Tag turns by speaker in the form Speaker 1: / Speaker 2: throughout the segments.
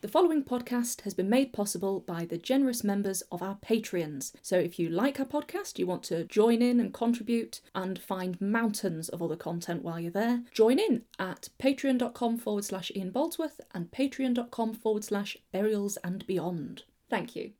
Speaker 1: The following podcast has been made possible by the generous members of our Patreons. So if you like our podcast, you want to join in and contribute and find mountains of other content while you're there, join in at patreon.com forward slash Ian Boldsworth and patreon.com forward slash burials and beyond. Thank you.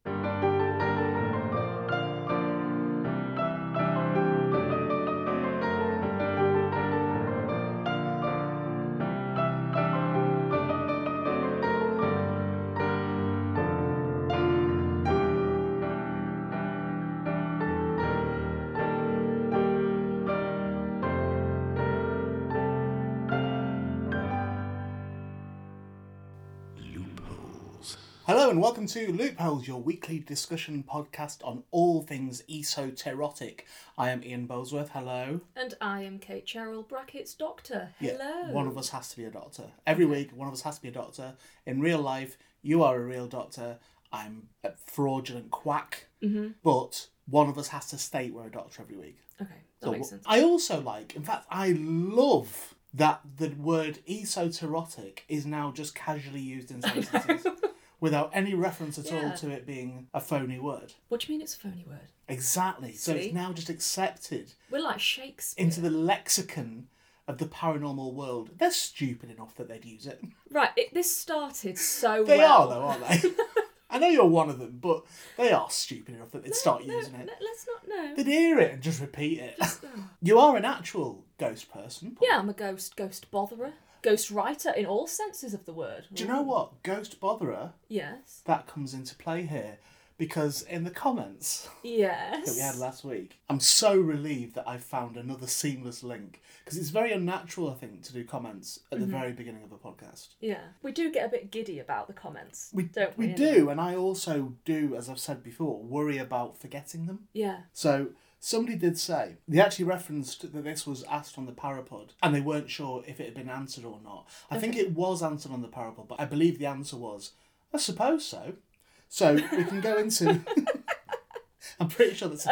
Speaker 2: Loopholes.
Speaker 3: Hello and welcome to Loopholes, your weekly discussion podcast on all things esoteric. I am Ian Bolesworth. Hello.
Speaker 1: And I am Kate Cheryl, brackets doctor. Hello.
Speaker 3: one of us has to be a doctor. Every week, one of us has to be a doctor. In real life, you are a real doctor. I'm a fraudulent quack. Mm-hmm. But one of us has to state we're a doctor every week.
Speaker 1: Okay, that
Speaker 3: So
Speaker 1: makes
Speaker 3: wh-
Speaker 1: sense.
Speaker 3: I also like, in fact, I love that the word esoteric is now just casually used in sentences without any reference at
Speaker 1: Yeah.
Speaker 3: all to it being a phony word.
Speaker 1: What do you mean it's a phony word?
Speaker 3: Exactly. So
Speaker 1: See?
Speaker 3: it's now just accepted
Speaker 1: We're like Shakespeare.
Speaker 3: into the lexicon of the paranormal world. They're stupid enough that they'd use it.
Speaker 1: Right, it, this started so
Speaker 3: They
Speaker 1: Oh, well.
Speaker 3: are, though, aren't they? I know you're one of them, but they are stupid enough that they'd start using it.
Speaker 1: Let- Let's not know.
Speaker 3: They'd hear it and just repeat it. you are an actual ghost person. Paul.
Speaker 1: um, Yeah, I'm a ghost ghost botherer, ghost writer in all senses of the word.
Speaker 3: Do you know what? Ghost botherer,
Speaker 1: Yes.
Speaker 3: that comes into play here. Because in the comments,
Speaker 1: Yes.
Speaker 3: that we had last week. I'm so relieved that I've found another seamless link because it's very unnatural, I think, to do comments at
Speaker 1: Mm-hmm.
Speaker 3: the very beginning of a podcast.
Speaker 1: Yeah, we do get a bit giddy about the comments,
Speaker 3: We,
Speaker 1: don't we?
Speaker 3: we
Speaker 1: innit?
Speaker 3: do, and I also do, as I've said before, worry about forgetting them.
Speaker 1: Yeah.
Speaker 3: So somebody did say they actually referenced that this was asked on the Parapod, and they weren't sure if it had been answered or not. I think it was answered on the Parapod, but I believe the answer was, I suppose so. So we can go into. I'm pretty sure that's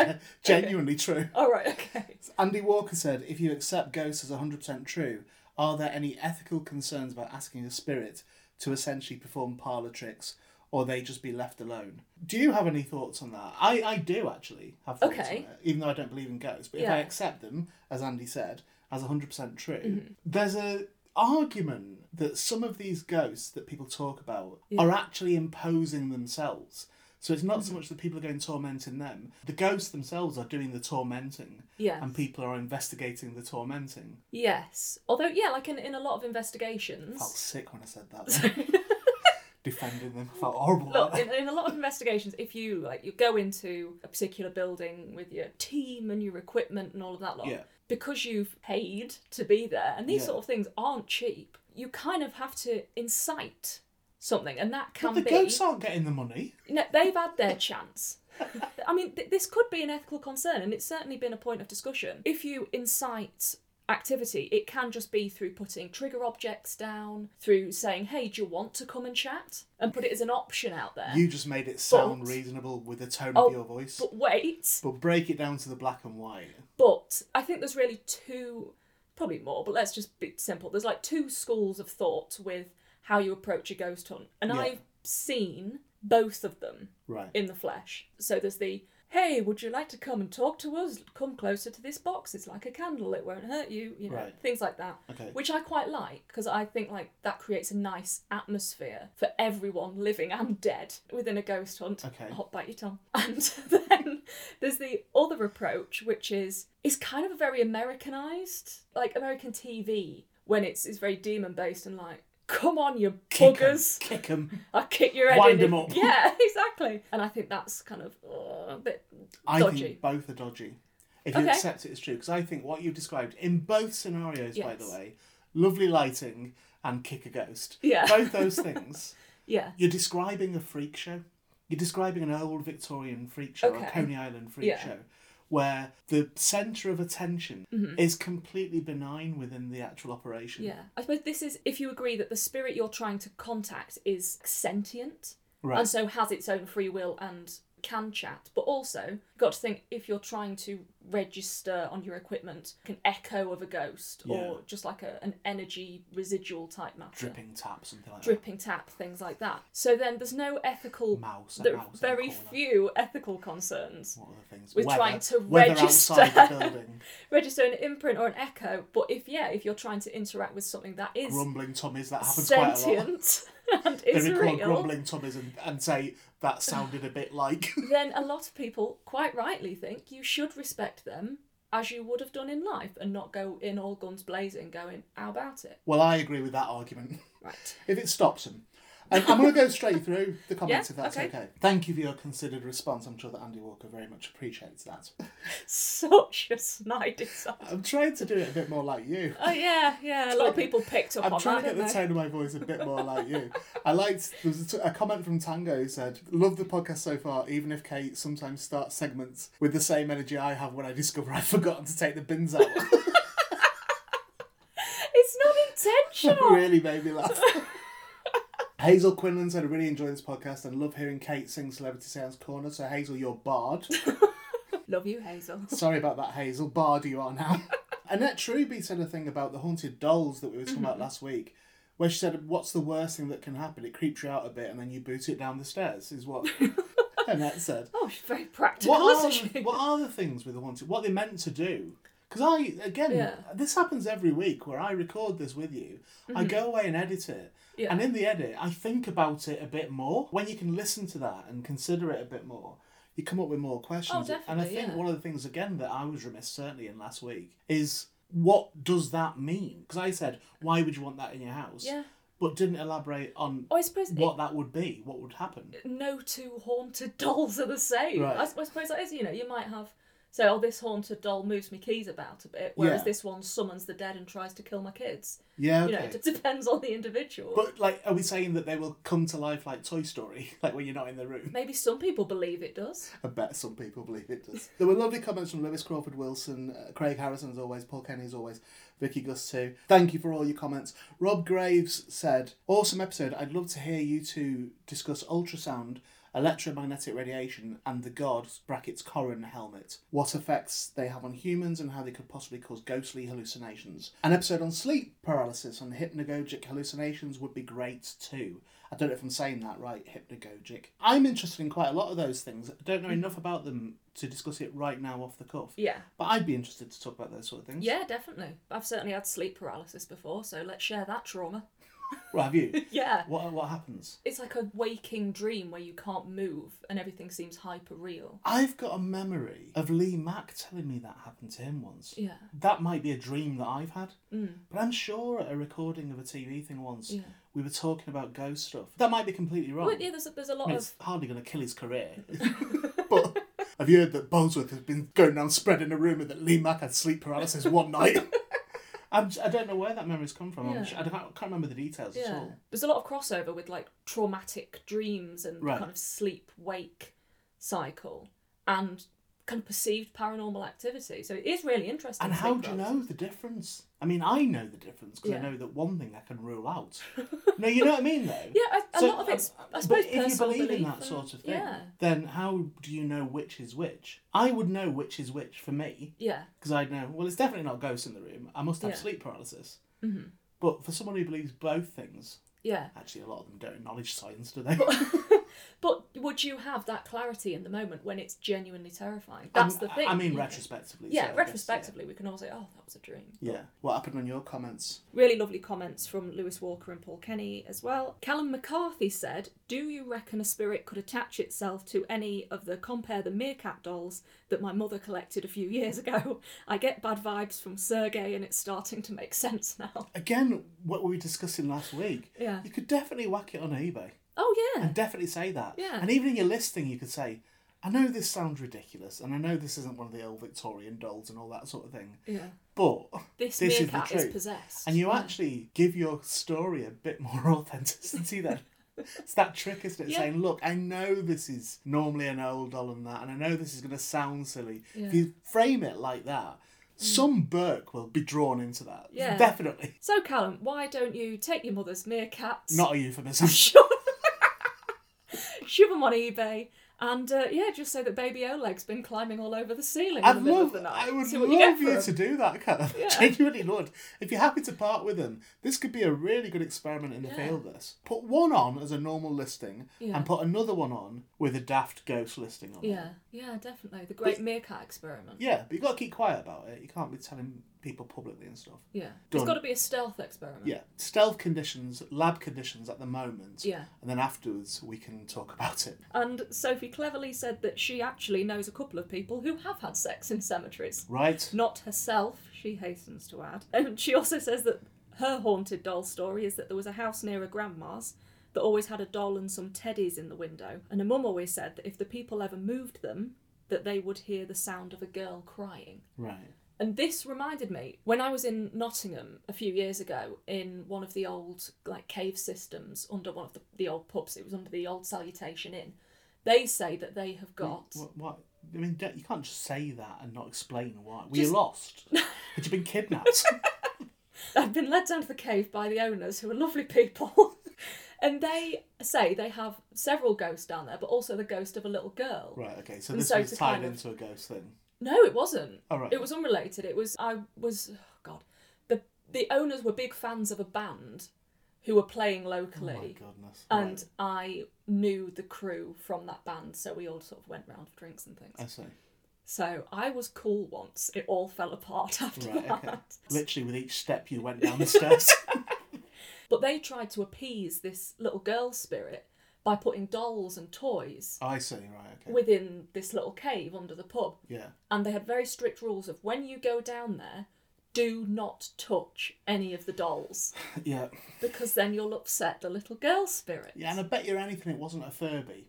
Speaker 3: genuinely true.
Speaker 1: All right. Okay.
Speaker 3: Andy Walker said, if you accept ghosts as 100% true, are there any ethical concerns about asking a spirit to essentially perform parlour tricks or they just be left alone? Do you have any thoughts on that? I, I do actually have thoughts
Speaker 1: Okay.
Speaker 3: on it, even though I don't believe in ghosts. But if
Speaker 1: Yeah.
Speaker 3: I accept them, as Andy said, as 100% true,
Speaker 1: Mm-hmm.
Speaker 3: there's a argument that some of these ghosts that people talk about are actually imposing themselves. So it's not so
Speaker 1: Mm-hmm.
Speaker 3: much that people are going tormenting them. The ghosts themselves are doing the tormenting
Speaker 1: Yes.
Speaker 3: and people are investigating the tormenting.
Speaker 1: Yes. Although, yeah, like in, in a lot of
Speaker 3: I felt
Speaker 1: investigations.
Speaker 3: sick when I said that. then. Defending them, I felt horrible. about
Speaker 1: Look,
Speaker 3: that.
Speaker 1: in, in a lot of investigations, if you like, you go into a particular building with your team and your equipment and all of that lot,
Speaker 3: Yeah.
Speaker 1: because you've paid to be there, and these
Speaker 3: Yeah.
Speaker 1: sort of things aren't cheap. You kind of have to incite something, and that can
Speaker 3: But the
Speaker 1: be.
Speaker 3: ghosts aren't getting the money.
Speaker 1: No, they've had their chance. I mean, th- this could be an ethical concern, and it's certainly been a point of discussion. If you incite activity, it can just be through putting trigger objects down, through saying, hey, do you want to come and chat? And put it as an option out there.
Speaker 3: You just made it sound
Speaker 1: But-
Speaker 3: reasonable with the tone
Speaker 1: Oh,
Speaker 3: of your voice. But,
Speaker 1: But wait,
Speaker 3: break it down to the black and white.
Speaker 1: but I think there's really two, probably more, but let's just be simple. There's like two schools of thought with how you approach a ghost hunt, and
Speaker 3: Yeah.
Speaker 1: I've seen both of them.
Speaker 3: Right.
Speaker 1: in the flesh. So there's the hey, would you like to come and talk to us? Come closer to this box. It's like a candle. It won't hurt you. You know
Speaker 3: Right.
Speaker 1: things like that,
Speaker 3: Okay.
Speaker 1: which I quite like because I think like that creates a nice atmosphere for everyone living and dead within a ghost hunt.
Speaker 3: Okay.
Speaker 1: Hot bite your tongue. And then there's the other approach, which is is kind of a very Americanized, like American TV when it's it's very demon based and like. Come on, you buggers!
Speaker 3: Kick them.
Speaker 1: I kick your head
Speaker 3: Wind
Speaker 1: in.
Speaker 3: them
Speaker 1: and-
Speaker 3: up.
Speaker 1: Yeah, exactly. And I think that's kind of uh, a bit
Speaker 3: I
Speaker 1: dodgy.
Speaker 3: think both are dodgy. If you
Speaker 1: Okay.
Speaker 3: accept it as true, because I think what you described in both scenarios, by the
Speaker 1: Yes.
Speaker 3: way, lovely lighting and kick a ghost.
Speaker 1: Yeah.
Speaker 3: Both those things.
Speaker 1: Yeah.
Speaker 3: You're describing a freak show. You're describing an old Victorian freak show,
Speaker 1: Okay.
Speaker 3: a Coney Island freak
Speaker 1: Yeah.
Speaker 3: show, where the centre of attention is completely benign within the actual operation.
Speaker 1: Mm-hmm. Yeah. I suppose this is if you agree that the spirit you're trying to contact is sentient
Speaker 3: Right.
Speaker 1: and so has its own free will and can chat, but also you've got to think if you're trying to register on your equipment like an echo of a ghost
Speaker 3: Yeah.
Speaker 1: or just like a, an energy residual type matter.
Speaker 3: Dripping tap, something like
Speaker 1: Dripping tap, things like that. So then there's no ethical.
Speaker 3: that. Mouse. a
Speaker 1: There are
Speaker 3: mouse in the
Speaker 1: very
Speaker 3: corner.
Speaker 1: few ethical concerns.
Speaker 3: What other things?
Speaker 1: We're
Speaker 3: Weather-
Speaker 1: trying to
Speaker 3: weather
Speaker 1: register.
Speaker 3: outside the building.
Speaker 1: Register an imprint or an echo, but if yeah, if you're trying to interact with something that is
Speaker 3: Grumbling tummies. That happens quite a lot.
Speaker 1: sentient and is
Speaker 3: they record
Speaker 1: real,
Speaker 3: grumbling tummies and, and say that sounded a bit like.
Speaker 1: then a lot of people quite rightly think you should respect them as you would have done in life and not go in all guns blazing going how about it
Speaker 3: well, I agree with that argument.
Speaker 1: right
Speaker 3: If it stops them. And I'm going to go straight through the comments
Speaker 1: Yeah,
Speaker 3: if that's
Speaker 1: okay.
Speaker 3: Thank you for your considered response. I'm sure that Andy Walker very much appreciates that.
Speaker 1: such a snide example
Speaker 3: I'm trying to do it a bit more like you.
Speaker 1: oh yeah yeah a lot of people picked up
Speaker 3: I'm
Speaker 1: on
Speaker 3: trying
Speaker 1: that
Speaker 3: to get the
Speaker 1: didn't they?
Speaker 3: tone of my voice a bit more like you. I liked there was a, t- a comment from Tango who said, "Love the podcast so far, even if Kate sometimes starts segments with the same energy I have when I discover I've forgotten to take the bins out."
Speaker 1: it's not
Speaker 3: It
Speaker 1: intentional
Speaker 3: really made me laugh. Hazel Quinlan said, I really enjoy this podcast and love hearing Kate sing Celebrity Sounds Corner. So, Hazel, you're barred.
Speaker 1: love you hazel
Speaker 3: Sorry about that, Hazel. Barred you are now. Annette Truby said a thing about the haunted dolls that we were talking about last week, where she said, What's the worst thing that can happen? It creeps you out a bit and then you boot it down the stairs, is what Annette said.
Speaker 1: oh she's very practical
Speaker 3: What are,
Speaker 1: isn't
Speaker 3: the,
Speaker 1: she
Speaker 3: what are the things with the haunted? What are they meant to do? Because I, again,
Speaker 1: Yeah.
Speaker 3: this happens every week where I record this with you. I go away and edit it.
Speaker 1: Mm-hmm. Yeah.
Speaker 3: And in the edit, I think about it a bit more. When you can listen to that and consider it a bit more, you come up with more questions.
Speaker 1: Oh,
Speaker 3: and I
Speaker 1: definitely,
Speaker 3: think
Speaker 1: yeah.
Speaker 3: one of the things, again, that I was remiss certainly in last week is what does that mean? Because I said, why would you want that in your house?
Speaker 1: yeah
Speaker 3: But didn't elaborate on
Speaker 1: oh i suppose it-
Speaker 3: what that would be, what would happen.
Speaker 1: no two haunted dolls are the same.
Speaker 3: Right.
Speaker 1: I, s- I suppose that is, you know, you might have, so, oh, this haunted doll moves my keys about a bit, whereas
Speaker 3: Yeah.
Speaker 1: this one summons the dead and tries to kill my kids.
Speaker 3: Yeah, okay.
Speaker 1: You know, it d- depends on the individual.
Speaker 3: But like, are we saying that they will come to life like Toy Story, like when you're not in the room?
Speaker 1: Maybe some people believe it does.
Speaker 3: I bet some people believe it does. there were lovely comments from Lewis Crawford Wilson, uh, Craig Harrison as always, Paul Kenny as always, Vicky Gus too. Thank you for all your comments. Rob Graves said, "Awesome episode. I'd love to hear you two discuss ultrasound." Electromagnetic radiation and the god brackets Corrin helmet. What effects they have on humans and how they could possibly cause ghostly hallucinations. An episode on sleep paralysis and hypnagogic hallucinations would be great too. I don't know if I'm saying that right, hypnagogic. I'm interested in quite a lot of those things. I don't know enough about them to discuss it right now off the cuff.
Speaker 1: Yeah.
Speaker 3: But I'd be interested to talk about those sort of things.
Speaker 1: Yeah, definitely. I've certainly had sleep paralysis before, so let's share that trauma.
Speaker 3: Well, have you?
Speaker 1: Yeah.
Speaker 3: what, what happens?
Speaker 1: It's like a waking dream where you can't move and everything seems hyper real.
Speaker 3: I've got a memory of Lee Mack telling me that happened to him once.
Speaker 1: Yeah.
Speaker 3: That might be a dream that I've had. But I'm sure at a recording of a TV thing once,
Speaker 1: Mm. Yeah.
Speaker 3: we were talking about ghost stuff. That might be completely wrong.
Speaker 1: But yeah, there's a, there's a lot
Speaker 3: I mean,
Speaker 1: of
Speaker 3: it's hardly going to kill his career. but have you heard that Bolesworth has been going around spreading a rumour that Lee Mack had sleep paralysis one night? I'm, I don't know where that memory's come from. I'm
Speaker 1: Yeah.
Speaker 3: sh- I, don't, I can't remember the details at
Speaker 1: Yeah.
Speaker 3: all.
Speaker 1: There's a lot of crossover with like traumatic dreams and the
Speaker 3: Right.
Speaker 1: kind of sleep wake cycle and kind of perceived paranormal activity. So it is really interesting.
Speaker 3: And
Speaker 1: to
Speaker 3: how
Speaker 1: think
Speaker 3: do you
Speaker 1: about.
Speaker 3: know the difference? I mean, I know the difference because
Speaker 1: Yeah.
Speaker 3: I know that one thing I can rule out. no, you know what I mean, though.
Speaker 1: Yeah, a, a
Speaker 3: So,
Speaker 1: lot of it's,
Speaker 3: um,
Speaker 1: I suppose,
Speaker 3: but if you
Speaker 1: personal
Speaker 3: believe in
Speaker 1: belief
Speaker 3: that
Speaker 1: and-
Speaker 3: sort of thing,
Speaker 1: Yeah.
Speaker 3: then how do you know which is which? I would know which is which for me
Speaker 1: Yeah.
Speaker 3: because I'd know. Well, it's definitely not ghosts in the room. I must have
Speaker 1: Yeah.
Speaker 3: sleep paralysis.
Speaker 1: hmm
Speaker 3: But for someone who believes both things,
Speaker 1: Yeah.
Speaker 3: actually, a lot of them don't acknowledge science, do they?
Speaker 1: But would you have that clarity in the moment when it's genuinely terrifying?
Speaker 3: I'm-
Speaker 1: That's the thing.
Speaker 3: Um, I mean,
Speaker 1: you know.
Speaker 3: retrospectively. so
Speaker 1: Yeah,
Speaker 3: I guess,
Speaker 1: retrospectively, we can all say, oh, that was a dream.
Speaker 3: yeah. yeah. What happened on your comments?
Speaker 1: Really lovely comments from Lewis Walker and Paul Kenny as well. Callum McCarthy said, Do you reckon a spirit could attach itself to any of the Compare the Meerkat dolls that my mother collected a few years ago? I get bad vibes from Sergey and it's starting to make sense now.
Speaker 3: Again, what were we discussing last week?
Speaker 1: Yeah.
Speaker 3: You could definitely whack it on eBay.
Speaker 1: Oh, yeah.
Speaker 3: and definitely say that.
Speaker 1: Yeah.
Speaker 3: And even in your listing, you could say, I know this sounds ridiculous, and I know this isn't one of the old Victorian dolls and all that sort of thing,
Speaker 1: Yeah.
Speaker 3: but
Speaker 1: This,
Speaker 3: This is the
Speaker 1: meerkat is,
Speaker 3: truth.
Speaker 1: possessed.
Speaker 3: and you
Speaker 1: Yeah.
Speaker 3: actually give your story a bit more authenticity then. It's that trick, isn't it?
Speaker 1: Yeah.
Speaker 3: Saying, look, I know this is normally an old doll and that, and I know this is going to sound silly.
Speaker 1: Yeah. Mm.
Speaker 3: If you frame it like that, some Burke will be drawn into that.
Speaker 1: Yeah.
Speaker 3: Definitely.
Speaker 1: So, Callum, why don't you take your mother's meerkats?
Speaker 3: Not a euphemism.
Speaker 1: shove, shove them on eBay And uh, yeah, just so that baby Oleg's been climbing all over the ceiling
Speaker 3: I'd
Speaker 1: in the middle
Speaker 3: love,
Speaker 1: of the night.
Speaker 3: I would
Speaker 1: See what you get
Speaker 3: love you,
Speaker 1: for 'em.
Speaker 3: to do that, kind of.
Speaker 1: Yeah.
Speaker 3: Genuinely would. If you're happy to part with them, this could be a really good experiment in the field. This put one on as a normal listing,
Speaker 1: Yeah.
Speaker 3: and put another one on with a daft ghost listing on. it.
Speaker 1: Yeah, yeah, definitely. The great meerkat experiment.
Speaker 3: Yeah, but you got to keep quiet about it. You can't be telling people publicly and stuff.
Speaker 1: Yeah. It's
Speaker 3: Done.
Speaker 1: got to be a stealth experiment.
Speaker 3: Yeah, stealth conditions, lab conditions at the moment.
Speaker 1: Yeah.
Speaker 3: and then afterwards we can talk about it.
Speaker 1: And Sophie cleverly said that she actually knows a couple of people who have had sex in cemeteries.
Speaker 3: Right.
Speaker 1: Not herself, she hastens to add. And she also says that her haunted doll story is that there was a house near a grandma's that always had a doll and some teddies in the window. And her mum always said that if the people ever moved them, that they would hear the sound of a girl crying.
Speaker 3: Right.
Speaker 1: And this reminded me when I was in Nottingham a few years ago in one of the old like cave systems under one of the, the old pubs. It was under the old Salutation Inn. They say that they have got.
Speaker 3: What? what? I mean, don't- you can't just say that and not explain why. Were you
Speaker 1: Just-
Speaker 3: lost? Had you been kidnapped?
Speaker 1: I've been led down to the cave by the owners, who are lovely people, and they say they have several ghosts down there, but also the ghost of a little girl.
Speaker 3: right. Okay. So
Speaker 1: And
Speaker 3: this
Speaker 1: so
Speaker 3: was
Speaker 1: to
Speaker 3: tied
Speaker 1: kind of-
Speaker 3: into a ghost thing.
Speaker 1: No, it wasn't.
Speaker 3: Oh, right.
Speaker 1: It was unrelated. It was I was oh, God. The the owners were big fans of a band who were playing locally.
Speaker 3: Oh my goodness.
Speaker 1: And
Speaker 3: Right.
Speaker 1: I knew the crew from that band, so we all sort of went round for drinks and
Speaker 3: I
Speaker 1: things.
Speaker 3: see.
Speaker 1: So I was cool once. It all fell apart after
Speaker 3: Right. Okay.
Speaker 1: that.
Speaker 3: Literally, with each step you went down the stairs.
Speaker 1: But they tried to appease this little girl spirit by putting dolls and toys
Speaker 3: I see. Right. Okay.
Speaker 1: within this little cave under the pub.
Speaker 3: Yeah.
Speaker 1: And they had very strict rules of when you go down there, do not touch any of the dolls
Speaker 3: Yeah.
Speaker 1: because then you'll upset the little girl spirit.
Speaker 3: Yeah. And I bet you anything, it wasn't a Furby.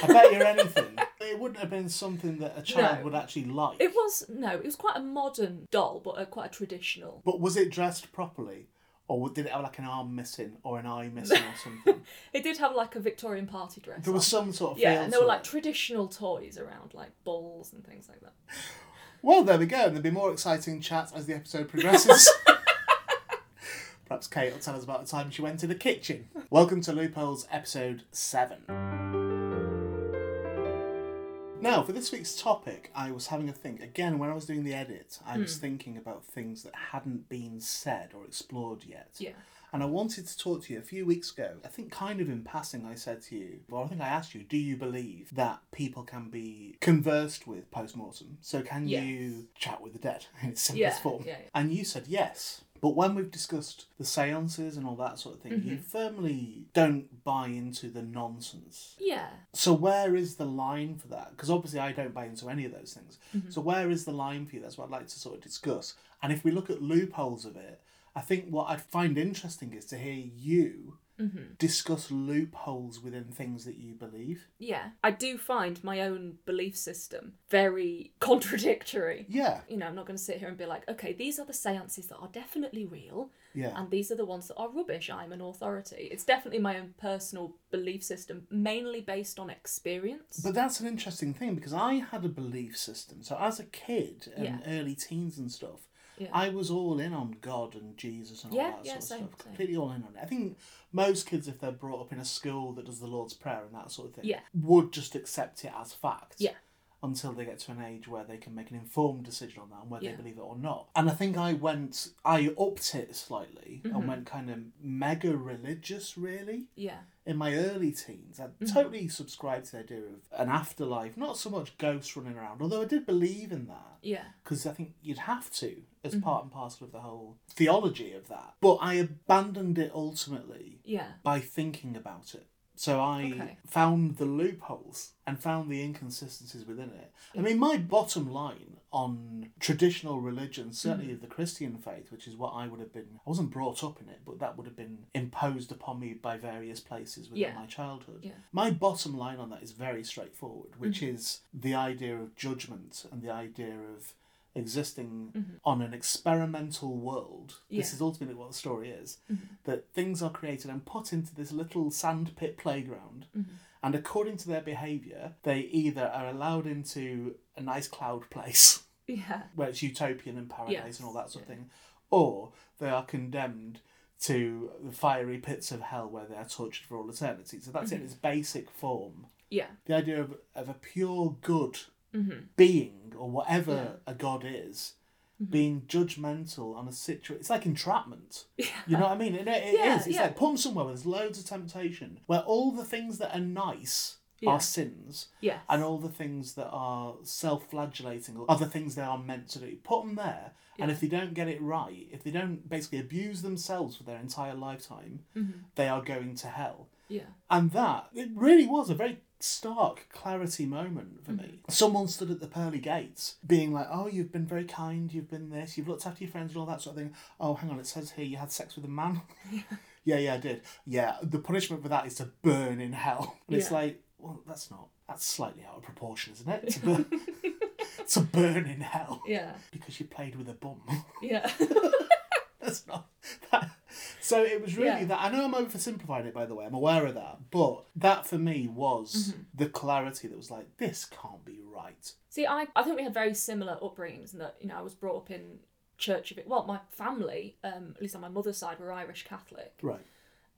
Speaker 3: I bet you anything, it wouldn't have been something that a child
Speaker 1: No.
Speaker 3: would actually like.
Speaker 1: It was no, it was quite a modern doll, but a, quite a traditional.
Speaker 3: But was it dressed properly, or did it have like an arm missing or an eye missing or something?
Speaker 1: It did have like a Victorian party dress.
Speaker 3: There was
Speaker 1: on.
Speaker 3: some sort of
Speaker 1: yeah,
Speaker 3: feel
Speaker 1: and there were
Speaker 3: to
Speaker 1: like
Speaker 3: it.
Speaker 1: traditional toys around, like balls and things like that.
Speaker 3: Well, there we go. and There'll be more exciting chats as the episode progresses. Perhaps Kate will tell us about the time she went to the kitchen. Welcome to Loopholes, episode 7. Now, for this week's topic, I was having a think. Again, when I was doing the edit, I was thinking about things that hadn't been said or explored yet.
Speaker 1: Yeah.
Speaker 3: And I wanted to talk to you a few weeks ago. I think, kind of in passing, I said to you, well, I think I asked you, do you believe that people can be conversed with post mortem? So, can
Speaker 1: Yeah.
Speaker 3: you chat with the dead in its
Speaker 1: Yeah,
Speaker 3: simplest form?
Speaker 1: yeah, yeah.
Speaker 3: And you said yes. But when we've discussed the seances and all that sort of thing, you
Speaker 1: Mm-hmm.
Speaker 3: firmly don't buy into the nonsense.
Speaker 1: Yeah.
Speaker 3: So, where is the line for that? Because obviously, I don't buy into any of those things. So, where is the line for you? That's what I'd like to sort of discuss. And if we look at loopholes of it, I think what I'd find interesting is to hear you discuss loopholes within things that you believe.
Speaker 1: Yeah. I do find my own belief system very contradictory.
Speaker 3: Yeah,
Speaker 1: You know, I'm not going to sit here and be like, okay, these are the seances that are definitely real,
Speaker 3: yeah.
Speaker 1: and these are the ones that are rubbish. I'm an authority. It's definitely my own personal belief system, mainly based on experience.
Speaker 3: But that's an interesting thing because I had a belief system. So as a kid and
Speaker 1: Yeah.
Speaker 3: early teens and stuff,
Speaker 1: Yeah.
Speaker 3: I was all in on God and Jesus and all
Speaker 1: Yeah,
Speaker 3: that
Speaker 1: yeah,
Speaker 3: sort of
Speaker 1: same,
Speaker 3: stuff.
Speaker 1: same.
Speaker 3: Completely all in on it. I think most kids, if they're brought up in a school that does the Lord's Prayer and that sort of thing,
Speaker 1: Yeah.
Speaker 3: would just accept it as fact.
Speaker 1: Yeah.
Speaker 3: Until they get to an age where they can make an informed decision on that and whether
Speaker 1: Yeah.
Speaker 3: they believe it or not. And I think I went, I upped it slightly
Speaker 1: Mm-hmm.
Speaker 3: and went kind of mega religious, really
Speaker 1: yeah.
Speaker 3: in my early teens, I
Speaker 1: Mm-hmm.
Speaker 3: totally subscribed to the idea of an afterlife, not so much ghosts running around, although I did believe in that
Speaker 1: Yeah.
Speaker 3: because I think you'd have to as
Speaker 1: Mm-hmm.
Speaker 3: part and parcel of the whole theology of that. But I abandoned it ultimately
Speaker 1: Yeah.
Speaker 3: by thinking about it. So I
Speaker 1: Okay.
Speaker 3: found the loopholes and found the inconsistencies within it. I mean, my bottom line on traditional religion, certainly
Speaker 1: Mm.
Speaker 3: of the Christian faith, which is what I would have been, I wasn't brought up in it, but that would have been imposed upon me by various places within
Speaker 1: Yeah.
Speaker 3: my childhood.
Speaker 1: Yeah.
Speaker 3: My bottom line on that is very straightforward, which is the idea of judgment and the idea of existing on an experimental world. This
Speaker 1: Yeah.
Speaker 3: is ultimately what the story is that things are created and put into this little sandpit playground. And according to their behaviour, they either are allowed into a nice cloud place
Speaker 1: Yeah.
Speaker 3: where it's utopian and paradise
Speaker 1: Yes,
Speaker 3: and all that sort of thing, or they are condemned to the fiery pits of hell where they are tortured for all eternity. So that's
Speaker 1: Mm-hmm.
Speaker 3: in its basic form.
Speaker 1: Yeah. Mm-hmm.
Speaker 3: The idea of, of a pure good being or whatever a god is
Speaker 1: Mm-hmm.
Speaker 3: being judgmental on a situation. It's like entrapment. You know what I mean? It, it
Speaker 1: Yeah,
Speaker 3: is. It's
Speaker 1: yeah.
Speaker 3: like put 'em somewhere where there's loads of temptation, where all the things that are nice
Speaker 1: Yeah.
Speaker 3: are sins.
Speaker 1: Yes.
Speaker 3: And all the things that are self flagellating are the things they are meant to do. Put them there, and
Speaker 1: Yeah.
Speaker 3: if they don't get it right, if they don't basically abuse themselves for their entire lifetime,
Speaker 1: Mm-hmm.
Speaker 3: they are going to hell.
Speaker 1: Yeah.
Speaker 3: And that, it really was a very stark clarity moment for me. Someone stood at the pearly gates being like, Oh, you've been very kind, you've been this, you've looked after your friends and all that sort of thing. Oh, hang on, it says here you had sex with a man. yeah, yeah, I did. Yeah, the punishment for that is to burn in hell. And it's
Speaker 1: Yeah.
Speaker 3: like, Well, that's not, that's slightly out of proportion, isn't it? To burn, to burn in hell
Speaker 1: Yeah.
Speaker 3: because you played with a bum.
Speaker 1: Yeah.
Speaker 3: That's not that. So it was really
Speaker 1: Yeah.
Speaker 3: that. I know I'm oversimplifying it, by the way. I'm aware of that, but that for me was the clarity that was like, this can't be right.
Speaker 1: See, I, I think we had very similar upbringings in that, you know, I was brought up in church of it. Well, my family, um, at least on my mother's side, were Irish Catholic.
Speaker 3: Right.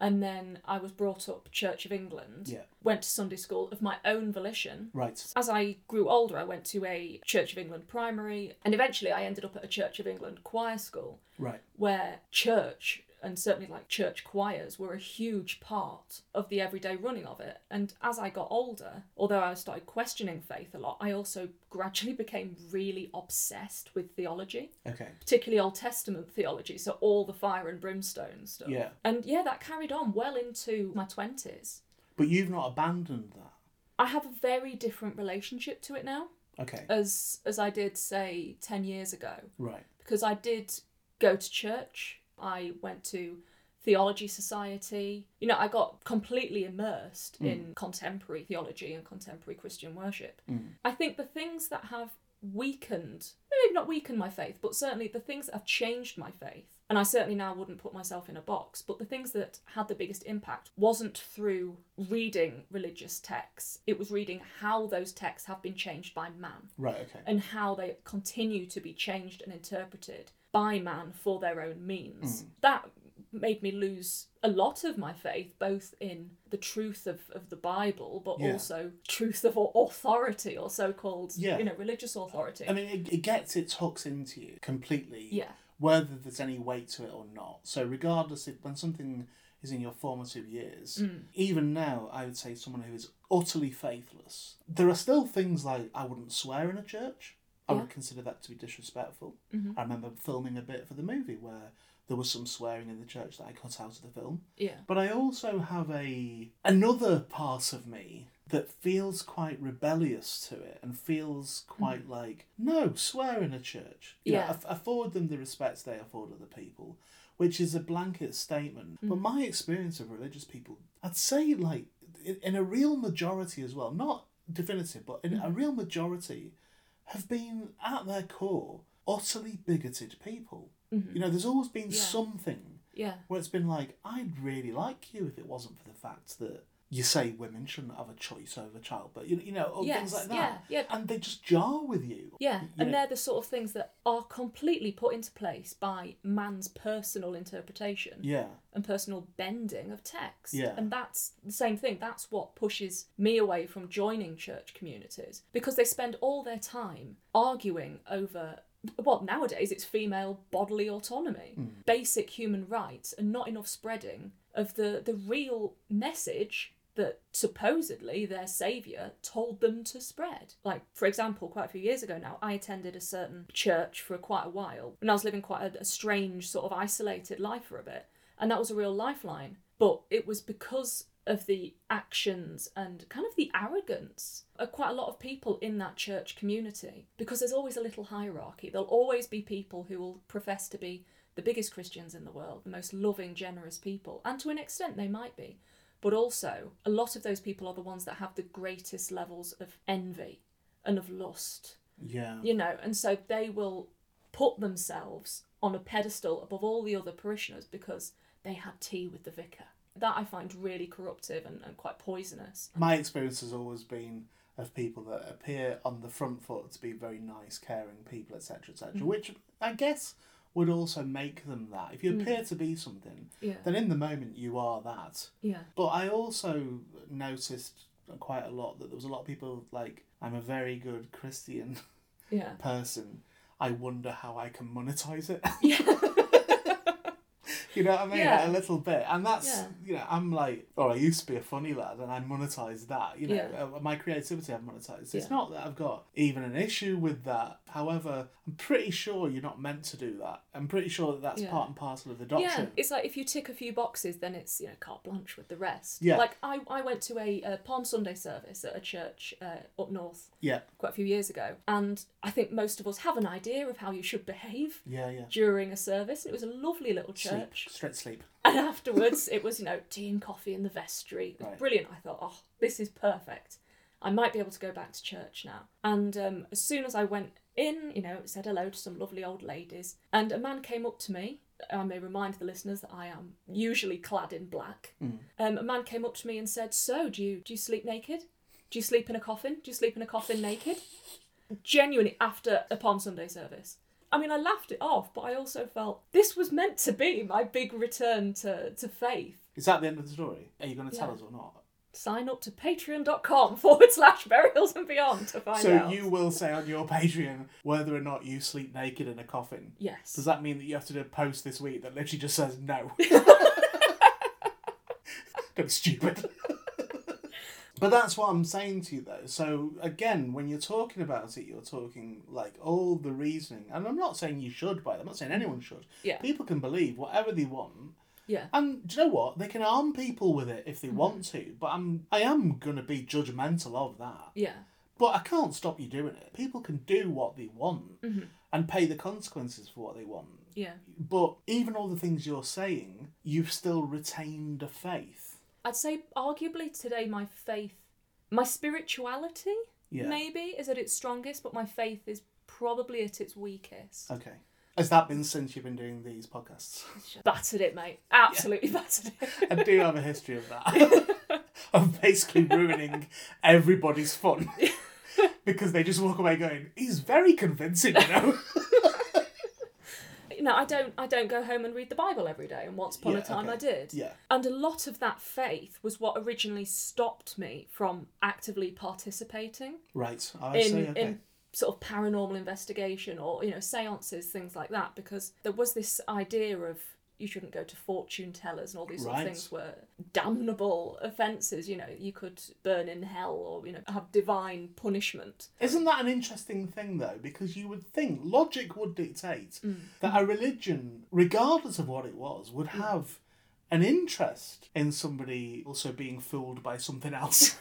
Speaker 1: And then I was brought up Church of England.
Speaker 3: Yeah.
Speaker 1: Went to Sunday school of my own volition.
Speaker 3: Right.
Speaker 1: As I grew older, I went to a Church of England primary, and eventually I ended up at a Church of England choir school
Speaker 3: Right.
Speaker 1: where church and certainly like church choirs were a huge part of the everyday running of it. And as I got older, although I started questioning faith a lot, I also gradually became really obsessed with theology,
Speaker 3: Okay.
Speaker 1: particularly Old Testament theology, so all the fire and brimstone stuff.
Speaker 3: Yeah.
Speaker 1: And yeah, that carried on well into my 20s.
Speaker 3: But you've not abandoned that.
Speaker 1: I have a very different relationship to it now
Speaker 3: Okay.
Speaker 1: as as I did say 10 years ago.
Speaker 3: right.
Speaker 1: because I did go to church. I went to theology society. You know, I got completely immersed in contemporary theology and contemporary Christian worship. I think the things that have weakened, maybe not weakened my faith, but certainly the things that have changed my faith. And I certainly now wouldn't put myself in a box, but the things that had the biggest impact wasn't through reading religious texts. It was reading how those texts have been changed by man
Speaker 3: Right. Okay.
Speaker 1: and how they continue to be changed and interpreted by man for their own
Speaker 3: Hmm.
Speaker 1: means. That made me lose a lot of my faith, both in the truth of, of the Bible, but
Speaker 3: Yeah.
Speaker 1: also truth of au- authority or so called
Speaker 3: Yeah.
Speaker 1: you know, religious authority.
Speaker 3: I mean, it, it gets its hooks into you completely,
Speaker 1: Yeah.
Speaker 3: whether there's any weight to it or not. So, regardless if when something is in your formative years,
Speaker 1: Mm.
Speaker 3: even now, I would say someone who is utterly faithless, there are still things like I wouldn't swear in a church. I
Speaker 1: Yeah. Mm-hmm.
Speaker 3: would consider that to be disrespectful. I remember filming a bit for the movie where there was some swearing in the church that I cut out of the film.
Speaker 1: yeah.
Speaker 3: But I also have a another part of me that feels quite rebellious to it and feels quite like no swear in a church. You know,
Speaker 1: Mm-hmm. Yeah.
Speaker 3: aff- afford them the respect they afford other people, which is a blanket statement. But
Speaker 1: Mm-hmm.
Speaker 3: my experience of religious people, I'd say like in, in a real majority as well, not definitive, but in a
Speaker 1: Mm-hmm.
Speaker 3: real majority, have been at their core utterly bigoted people. You know, there's always been
Speaker 1: Mm-hmm. Yeah.
Speaker 3: something
Speaker 1: Yeah.
Speaker 3: where it's been like, I'd really like you if it wasn't for the fact that you say women shouldn't have a choice over childbirth, you, you know, or
Speaker 1: Yes,
Speaker 3: things like that.
Speaker 1: yeah, yeah.
Speaker 3: And they just jar with you.
Speaker 1: Yeah,
Speaker 3: You
Speaker 1: and
Speaker 3: know,
Speaker 1: they're the sort of things that are completely put into place by man's personal interpretation.
Speaker 3: Yeah,
Speaker 1: and personal bending of text.
Speaker 3: Yeah.
Speaker 1: And that's the same thing. That's what pushes me away from joining church communities because they spend all their time arguing over well, nowadays it's female bodily autonomy, basic human rights, and not enough spreading of the, the real message that supposedly their saviour told them to spread. Like, for example, quite a few years ago now, I attended a certain church for quite a while, and I was living quite a, a strange, sort of isolated life for a bit, and that was a real lifeline. But it was because of the actions and kind of the arrogance of quite a lot of people in that church community because there's always a little hierarchy. There'll always be people who will profess to be the biggest Christians in the world, the most loving, generous people, and to an extent they might be. But also, a lot of those people are the ones that have the greatest levels of envy and of lust
Speaker 3: yeah,
Speaker 1: you know, and so they will put themselves on a pedestal above all the other parishioners because they had tea with the vicar. That I find really corruptive and, and quite poisonous.
Speaker 3: My experience has always been of people that
Speaker 1: Mm.
Speaker 3: appear on the front foot to be very nice, caring people, etc., etc., which I guess would also make them that. If
Speaker 1: Mm.
Speaker 3: you appear to be something,
Speaker 1: Yeah.
Speaker 3: then in the moment you are that.
Speaker 1: Yeah.
Speaker 3: But I also noticed quite a lot that there was a lot of people like, I'm a very good Christian
Speaker 1: Yeah.
Speaker 3: person. I wonder how I can monetize it.
Speaker 1: Yeah.
Speaker 3: you know what I mean?
Speaker 1: Yeah.
Speaker 3: A little bit. And that's,
Speaker 1: Yeah.
Speaker 3: you know, I'm like, or I used to be a funny lad and I monetized that. You know,
Speaker 1: Yeah.
Speaker 3: uh, my creativity I've monetized.
Speaker 1: Yeah.
Speaker 3: It's not that I've got even an issue with that. However, I'm pretty sure you're not meant to do that. I'm pretty sure that that's
Speaker 1: Yeah.
Speaker 3: part and parcel of the
Speaker 1: Yeah,
Speaker 3: doctrine.
Speaker 1: it's like if you tick a few boxes, then it's you know carte blanche with the rest.
Speaker 3: Yeah.
Speaker 1: Like I, I went to a, uh Palm Sunday service at a church uh, up north
Speaker 3: Yeah.
Speaker 1: quite a few years ago, and I think most of us have an idea of how you should behave
Speaker 3: Yeah, yeah.
Speaker 1: during a service. And it was a lovely little
Speaker 3: Sleep.
Speaker 1: church,
Speaker 3: Straight sleep.
Speaker 1: and afterwards it was you know tea and coffee in the vestry. It was
Speaker 3: Right.
Speaker 1: brilliant. I thought, oh, this is perfect. I might be able to go back to church now. And um, as soon as I went in, you know, said hello to some lovely old ladies, and a man came up to me. I may remind the listeners that I am usually clad in black. Um, a man came up to me and said, "So, do you do you sleep naked? Do you sleep in a coffin? Do you sleep in a coffin naked?" Genuinely, after a Palm Sunday service. I mean, I laughed it off, but I also felt this was meant to be my big return to, to faith.
Speaker 3: Is that the end of the story? Are you going to tell
Speaker 1: Yeah.
Speaker 3: us or not?
Speaker 1: Sign up to patreon.com forward slash burials and beyond to find
Speaker 3: so
Speaker 1: out.
Speaker 3: you will say on your Patreon whether or not you sleep naked in a coffin.
Speaker 1: Yes.
Speaker 3: Does that mean that you have to do a post this week that literally just says no? Don't be stupid. but that's what I'm saying to you though. So again, when you're talking about it, you're talking like all the reasoning. And I'm not saying you should by them, I'm not saying anyone should.
Speaker 1: Yeah.
Speaker 3: People can believe whatever they want.
Speaker 1: Yeah.
Speaker 3: And do you know what? They can arm people with it if they want to, but I'm I am gonna be judgmental of that.
Speaker 1: Yeah.
Speaker 3: But I can't stop you doing it. People can do what they want
Speaker 1: Mm-hmm.
Speaker 3: and pay the consequences for what they want.
Speaker 1: Yeah.
Speaker 3: But even all the things you're saying, you've still retained a faith.
Speaker 1: I'd say arguably today my faith, my spirituality
Speaker 3: Yeah.
Speaker 1: maybe is at its strongest, but my faith is probably at its weakest.
Speaker 3: Okay. Has that been since you've been doing these podcasts?
Speaker 1: Battered it, mate. Absolutely battered it.
Speaker 3: I do have a history of that. of basically ruining everybody's fun. because they just walk away going, he's very convincing, you know?
Speaker 1: you know, I don't I don't go home and read the Bible every day, and once upon a
Speaker 3: Yeah,
Speaker 1: time
Speaker 3: okay.
Speaker 1: I did.
Speaker 3: Yeah.
Speaker 1: And a lot of that faith was what originally stopped me from actively participating
Speaker 3: right. I
Speaker 1: in
Speaker 3: see. Okay.
Speaker 1: in sort of paranormal investigation or you know seances things like that because there was this idea of you shouldn't go to fortune tellers and all these sort of
Speaker 3: Right.
Speaker 1: things were damnable offences you know you could burn in hell or you know have divine punishment
Speaker 3: Isn't that an interesting thing though? Because you would think logic would dictate
Speaker 1: Mm.
Speaker 3: that a religion, regardless of what it was, would have an interest in somebody also being fooled by something else.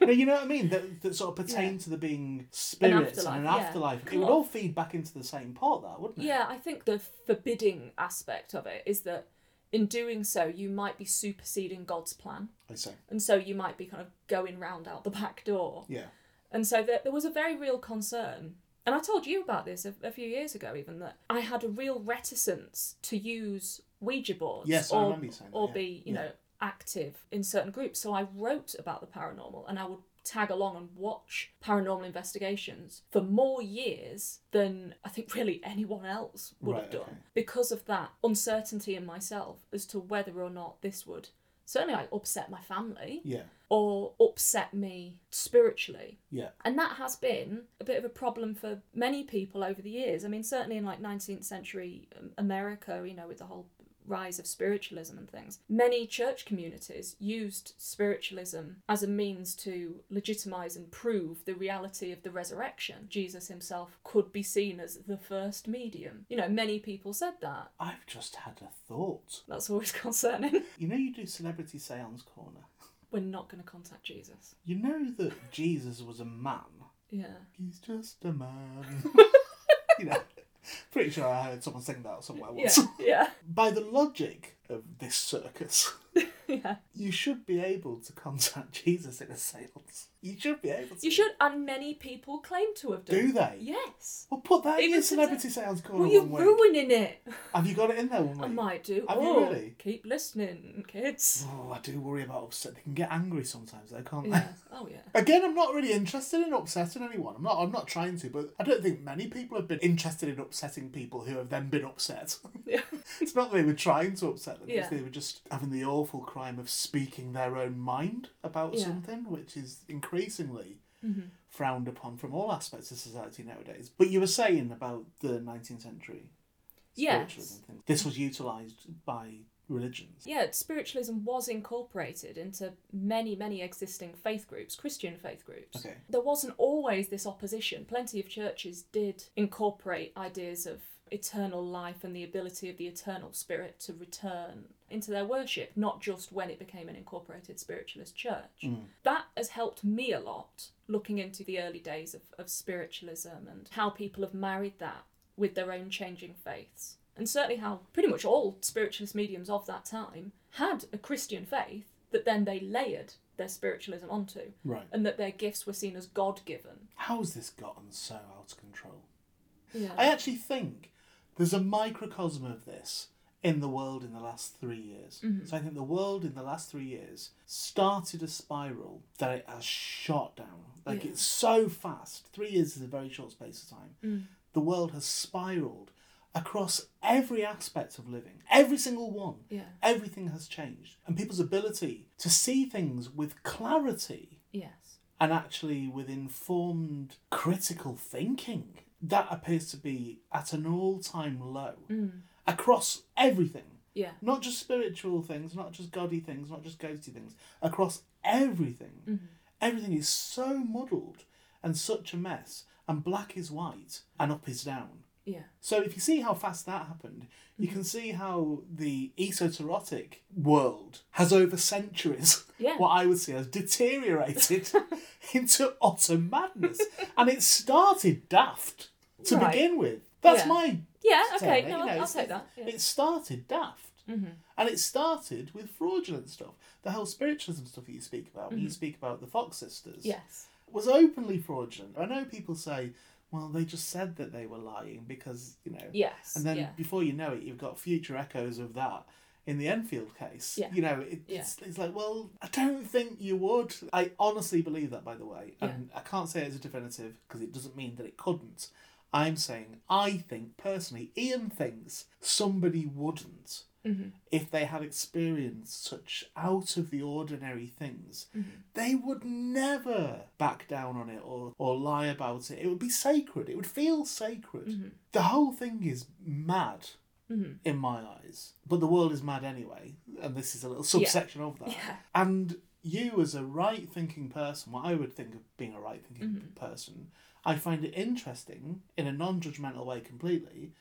Speaker 3: no, you know what I mean? That, that sort of pertain to the being spirits and an
Speaker 1: afterlife, yeah.
Speaker 3: afterlife. It
Speaker 1: Come
Speaker 3: would
Speaker 1: on.
Speaker 3: all feed back into the same pot, that wouldn't it?
Speaker 1: Yeah, I think the forbidding aspect of it is that in doing so, you might be superseding God's plan.
Speaker 3: I say.
Speaker 1: And so you might be kind of going round out the back door.
Speaker 3: Yeah.
Speaker 1: And so there, there was a very real concern. And I told you about this a, a few years ago, even that I had a real reticence to use Ouija boards
Speaker 3: Yes, I
Speaker 1: or,
Speaker 3: remember you saying that,
Speaker 1: or
Speaker 3: yeah.
Speaker 1: be, you
Speaker 3: Yeah.
Speaker 1: know, active in certain groups. So I wrote about the paranormal and I would tag along and watch paranormal investigations for more years than I think really anyone else would have
Speaker 3: Right,
Speaker 1: done
Speaker 3: okay.
Speaker 1: because of that uncertainty in myself as to whether or not this would certainly like upset my family
Speaker 3: Yeah.
Speaker 1: or upset me spiritually.
Speaker 3: Yeah.
Speaker 1: And that has been a bit of a problem for many people over the years. I mean, certainly in like 19th century um, America, you know, with the whole rise of spiritualism and things, many church communities used spiritualism as a means to legitimize and prove the reality of the resurrection. Jesus himself could be seen as the first medium. You know, many people said that.
Speaker 3: I've just had a thought.
Speaker 1: That's always concerning.
Speaker 3: You know, you do Celebrity Seance Corner.
Speaker 1: We're not going to contact Jesus.
Speaker 3: You know that Jesus was a man.
Speaker 1: Yeah.
Speaker 3: He's just a man. you know, pretty sure I heard someone sing that somewhere
Speaker 1: Yeah.
Speaker 3: once.
Speaker 1: Yeah.
Speaker 3: By the logic of this circus,
Speaker 1: Yeah.
Speaker 3: you should be able to contact Jesus in a seance. You should be able to.
Speaker 1: You should, and many people claim to have done.
Speaker 3: Do they?
Speaker 1: Yes.
Speaker 3: Well, put that in
Speaker 1: Even
Speaker 3: your
Speaker 1: today-
Speaker 3: celebrity sales corner
Speaker 1: Well, you're
Speaker 3: one week.
Speaker 1: ruining it.
Speaker 3: Have you got it in there one week?
Speaker 1: I might do.
Speaker 3: Have you
Speaker 1: oh,
Speaker 3: really?
Speaker 1: Keep listening, kids.
Speaker 3: Oh, I do worry about upset. They can get angry sometimes, though, can't
Speaker 1: yeah. Oh yeah.
Speaker 3: they? Again, I'm not really interested in upsetting anyone. I'm not. I'm not trying to, but I don't think many people have been interested in upsetting people who have then been upset.
Speaker 1: Yeah.
Speaker 3: it's not that they were trying to upset them.
Speaker 1: Yeah.
Speaker 3: It's they were just having the awful crime of speaking their own mind about
Speaker 1: Yeah. Mm-hmm.
Speaker 3: something, which is increasingly frowned upon from all aspects of society nowadays. But you were saying about the 19th century spiritualism
Speaker 1: Yes.
Speaker 3: thing. This was utilised by religions.
Speaker 1: Yeah, spiritualism was incorporated into many, many existing faith groups, Christian faith groups.
Speaker 3: Okay.
Speaker 1: There wasn't always this opposition. Plenty of churches did incorporate ideas of eternal life and the ability of the eternal spirit to return into their worship, not just when it became an incorporated spiritualist church. That has helped me a lot looking into the early days of, of spiritualism and how people have married that with their own changing faiths. And certainly how pretty much all spiritualist mediums of that time had a Christian faith that then they layered their spiritualism onto
Speaker 3: Right.
Speaker 1: and that their gifts were seen as God given.
Speaker 3: How's this gotten so out of control?
Speaker 1: Yeah.
Speaker 3: I actually think there's a microcosm of this in the world in the last three years.
Speaker 1: Mm-hmm.
Speaker 3: So I think the world in the last three years started a spiral that it has shot down. Like
Speaker 1: Yeah. Mm.
Speaker 3: it's so fast. Three years is a very short space of time. The world has spiraled across every aspect of living, every single one.
Speaker 1: Yeah.
Speaker 3: Everything has changed. And people's ability to see things with clarity
Speaker 1: Yes.
Speaker 3: and actually with informed critical thinking that appears to be at an all-time low across everything
Speaker 1: Mm. Yeah.
Speaker 3: not just spiritual things not just godly things not just ghosty things across everything
Speaker 1: Mm-hmm.
Speaker 3: everything is so muddled and such a mess and black is white and up is down
Speaker 1: Yeah.
Speaker 3: so if you see how fast that happened, you
Speaker 1: Mm-hmm.
Speaker 3: can see how the esoteric world has over centuries
Speaker 1: Yeah.
Speaker 3: what I would see as deteriorated into utter madness. and it started daft to
Speaker 1: Right.
Speaker 3: begin with. That's
Speaker 1: Yeah.
Speaker 3: my
Speaker 1: Yeah,
Speaker 3: take
Speaker 1: okay, no,
Speaker 3: on it, you know,
Speaker 1: I'll, I'll
Speaker 3: it's-
Speaker 1: take that. Yeah. Mm-hmm.
Speaker 3: It started daft. And it started with fraudulent stuff. The whole spiritualism stuff that you speak about, when you
Speaker 1: Mm-hmm.
Speaker 3: speak about the Fox sisters
Speaker 1: Yes.
Speaker 3: was openly fraudulent. I know people say, well, they just said that they were lying because, you know.
Speaker 1: Yes.
Speaker 3: And then
Speaker 1: yeah.
Speaker 3: before you know it, you've got future echoes of that in the Enfield case.
Speaker 1: Yeah.
Speaker 3: You know, it,
Speaker 1: Yeah.
Speaker 3: it's, it's like, well, I don't think you would. I honestly believe that, by the way.
Speaker 1: Yeah.
Speaker 3: And I can't say it as a definitive because it doesn't mean that it couldn't. I'm saying, I think personally, Ian thinks somebody wouldn't if they had experienced such out of the ordinary things, they would never back down on it or, or lie about it. It would be sacred. It would feel sacred. The whole thing is mad in my eyes. But the world is mad anyway. And this is a little subsection of that.
Speaker 1: Yeah.
Speaker 3: And you, as a right thinking person, what I would think of being a right thinking person, I find it interesting in a non judgmental way completely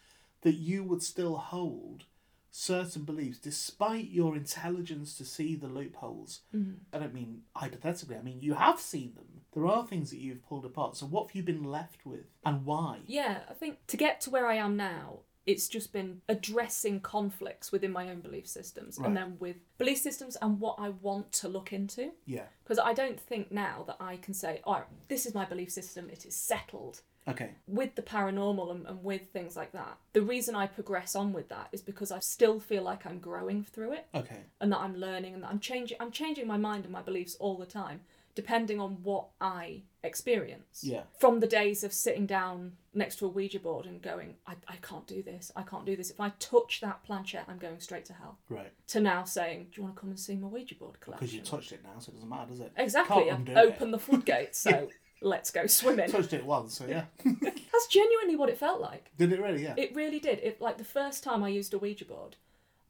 Speaker 3: that you would still hold certain beliefs despite your intelligence to see the loopholes.
Speaker 1: Mm-hmm.
Speaker 3: I don't mean hypothetically, I mean you have seen them. There are things that you've pulled apart. So what have you been left with and why?
Speaker 1: Yeah, I think to get to where I am now, it's just been addressing conflicts within my own belief systems
Speaker 3: Right.
Speaker 1: and then with belief systems and what I want to look into.
Speaker 3: Yeah.
Speaker 1: Because I don't think now that I can say, all right, this is my belief system, it is settled.
Speaker 3: Okay.
Speaker 1: With the paranormal and, and with things like that, the reason I progress on with that is because I still feel like I'm growing through it
Speaker 3: Okay.
Speaker 1: and that I'm learning and that I'm changing I'm changing my mind and my beliefs all the time depending on what I experience.
Speaker 3: Yeah.
Speaker 1: From the days of sitting down next to a Ouija board and going, I, I can't do this, I can't do this. If I touch that planchette, I'm going straight to hell.
Speaker 3: Right.
Speaker 1: To now saying, Do you want to come and see my Ouija board collection?
Speaker 3: Because you've touched it now, so it doesn't matter, does it?
Speaker 1: exactly.
Speaker 3: Can't
Speaker 1: I've
Speaker 3: undo
Speaker 1: opened
Speaker 3: it.
Speaker 1: the floodgates, so let's go swimming.
Speaker 3: touched it once, so yeah.
Speaker 1: That's genuinely what it felt like.
Speaker 3: Did it really? Yeah.
Speaker 1: It really did. It like the first time I used a Ouija board,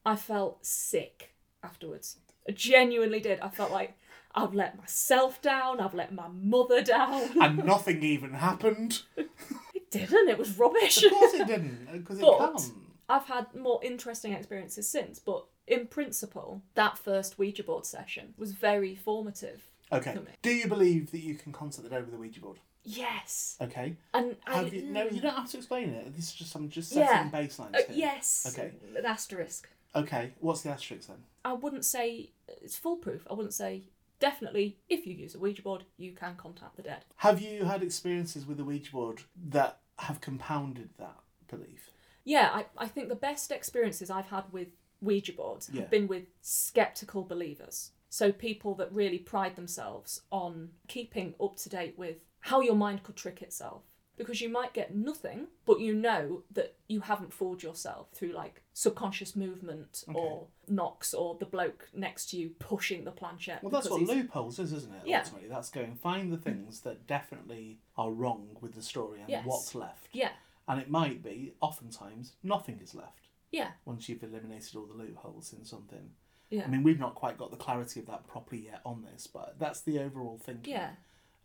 Speaker 1: I felt sick afterwards. I genuinely did. I felt like I've let myself down. I've let my mother down.
Speaker 3: and nothing even happened.
Speaker 1: It didn't. It was rubbish.
Speaker 3: Of course it didn't, because it
Speaker 1: But-
Speaker 3: can't.
Speaker 1: I've had more interesting experiences since, but in principle, that first Ouija board session was very formative.
Speaker 3: Okay.
Speaker 1: for me.
Speaker 3: Do you believe that you can contact the dead with a Ouija board?
Speaker 1: Yes.
Speaker 3: Okay.
Speaker 1: And I,
Speaker 3: Have you, no, you don't have to explain it. This is just I'm just
Speaker 1: Yeah.
Speaker 3: setting baselines.
Speaker 1: Uh,
Speaker 3: here.
Speaker 1: yes.
Speaker 3: Okay.
Speaker 1: An asterisk.
Speaker 3: Okay. What's the asterisk then?
Speaker 1: I wouldn't say it's foolproof. I wouldn't say definitely, if you use a Ouija board, you can contact the dead.
Speaker 3: Have you had experiences with the Ouija board that have compounded that belief?
Speaker 1: Yeah, I, I think the best experiences I've had with Ouija boards
Speaker 3: Yeah.
Speaker 1: have been with skeptical believers. So people that really pride themselves on keeping up to date with how your mind could trick itself. Because you might get nothing, but you know that you haven't fooled yourself through like subconscious movement or knocks or the bloke next to you pushing the planchette.
Speaker 3: Well, that's
Speaker 1: because
Speaker 3: what
Speaker 1: he's-
Speaker 3: loopholes is, isn't it?
Speaker 1: Yeah.
Speaker 3: Ultimately, that's going find the things that definitely are wrong with the story and
Speaker 1: Yes.
Speaker 3: what's left.
Speaker 1: Yeah,
Speaker 3: And it might be, oftentimes, nothing is left
Speaker 1: yeah,
Speaker 3: once you've eliminated all the loopholes in something.
Speaker 1: yeah,
Speaker 3: I mean, we've not quite got the clarity of that properly yet on this, but that's the overall thinking
Speaker 1: yeah.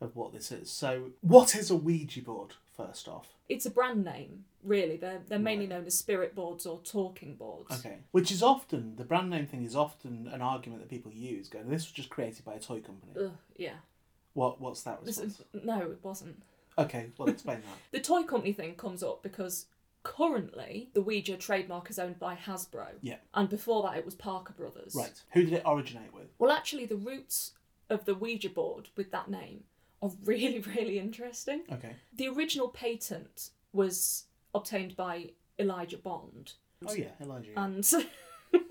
Speaker 3: of what this is. So, what is a Ouija board, first off?
Speaker 1: It's a brand name, really. They're they're mainly known as spirit boards or talking boards.
Speaker 3: Okay. Which is often, the brand name thing is often an argument that people use, going, this was just created by a toy company.
Speaker 1: Ugh, yeah.
Speaker 3: What? What's that
Speaker 1: This
Speaker 3: response?
Speaker 1: is- no, it wasn't.
Speaker 3: Okay, well, explain that.
Speaker 1: The toy company thing comes up because currently the Ouija trademark is owned by Hasbro.
Speaker 3: Yeah.
Speaker 1: And before that it was Parker Brothers.
Speaker 3: Right. Who did it originate with?
Speaker 1: Well, actually, the roots of the Ouija board with that name are really, really interesting.
Speaker 3: Okay.
Speaker 1: The original patent was obtained by Elijah Bond
Speaker 3: Oh, yeah, Elijah. yeah.
Speaker 1: and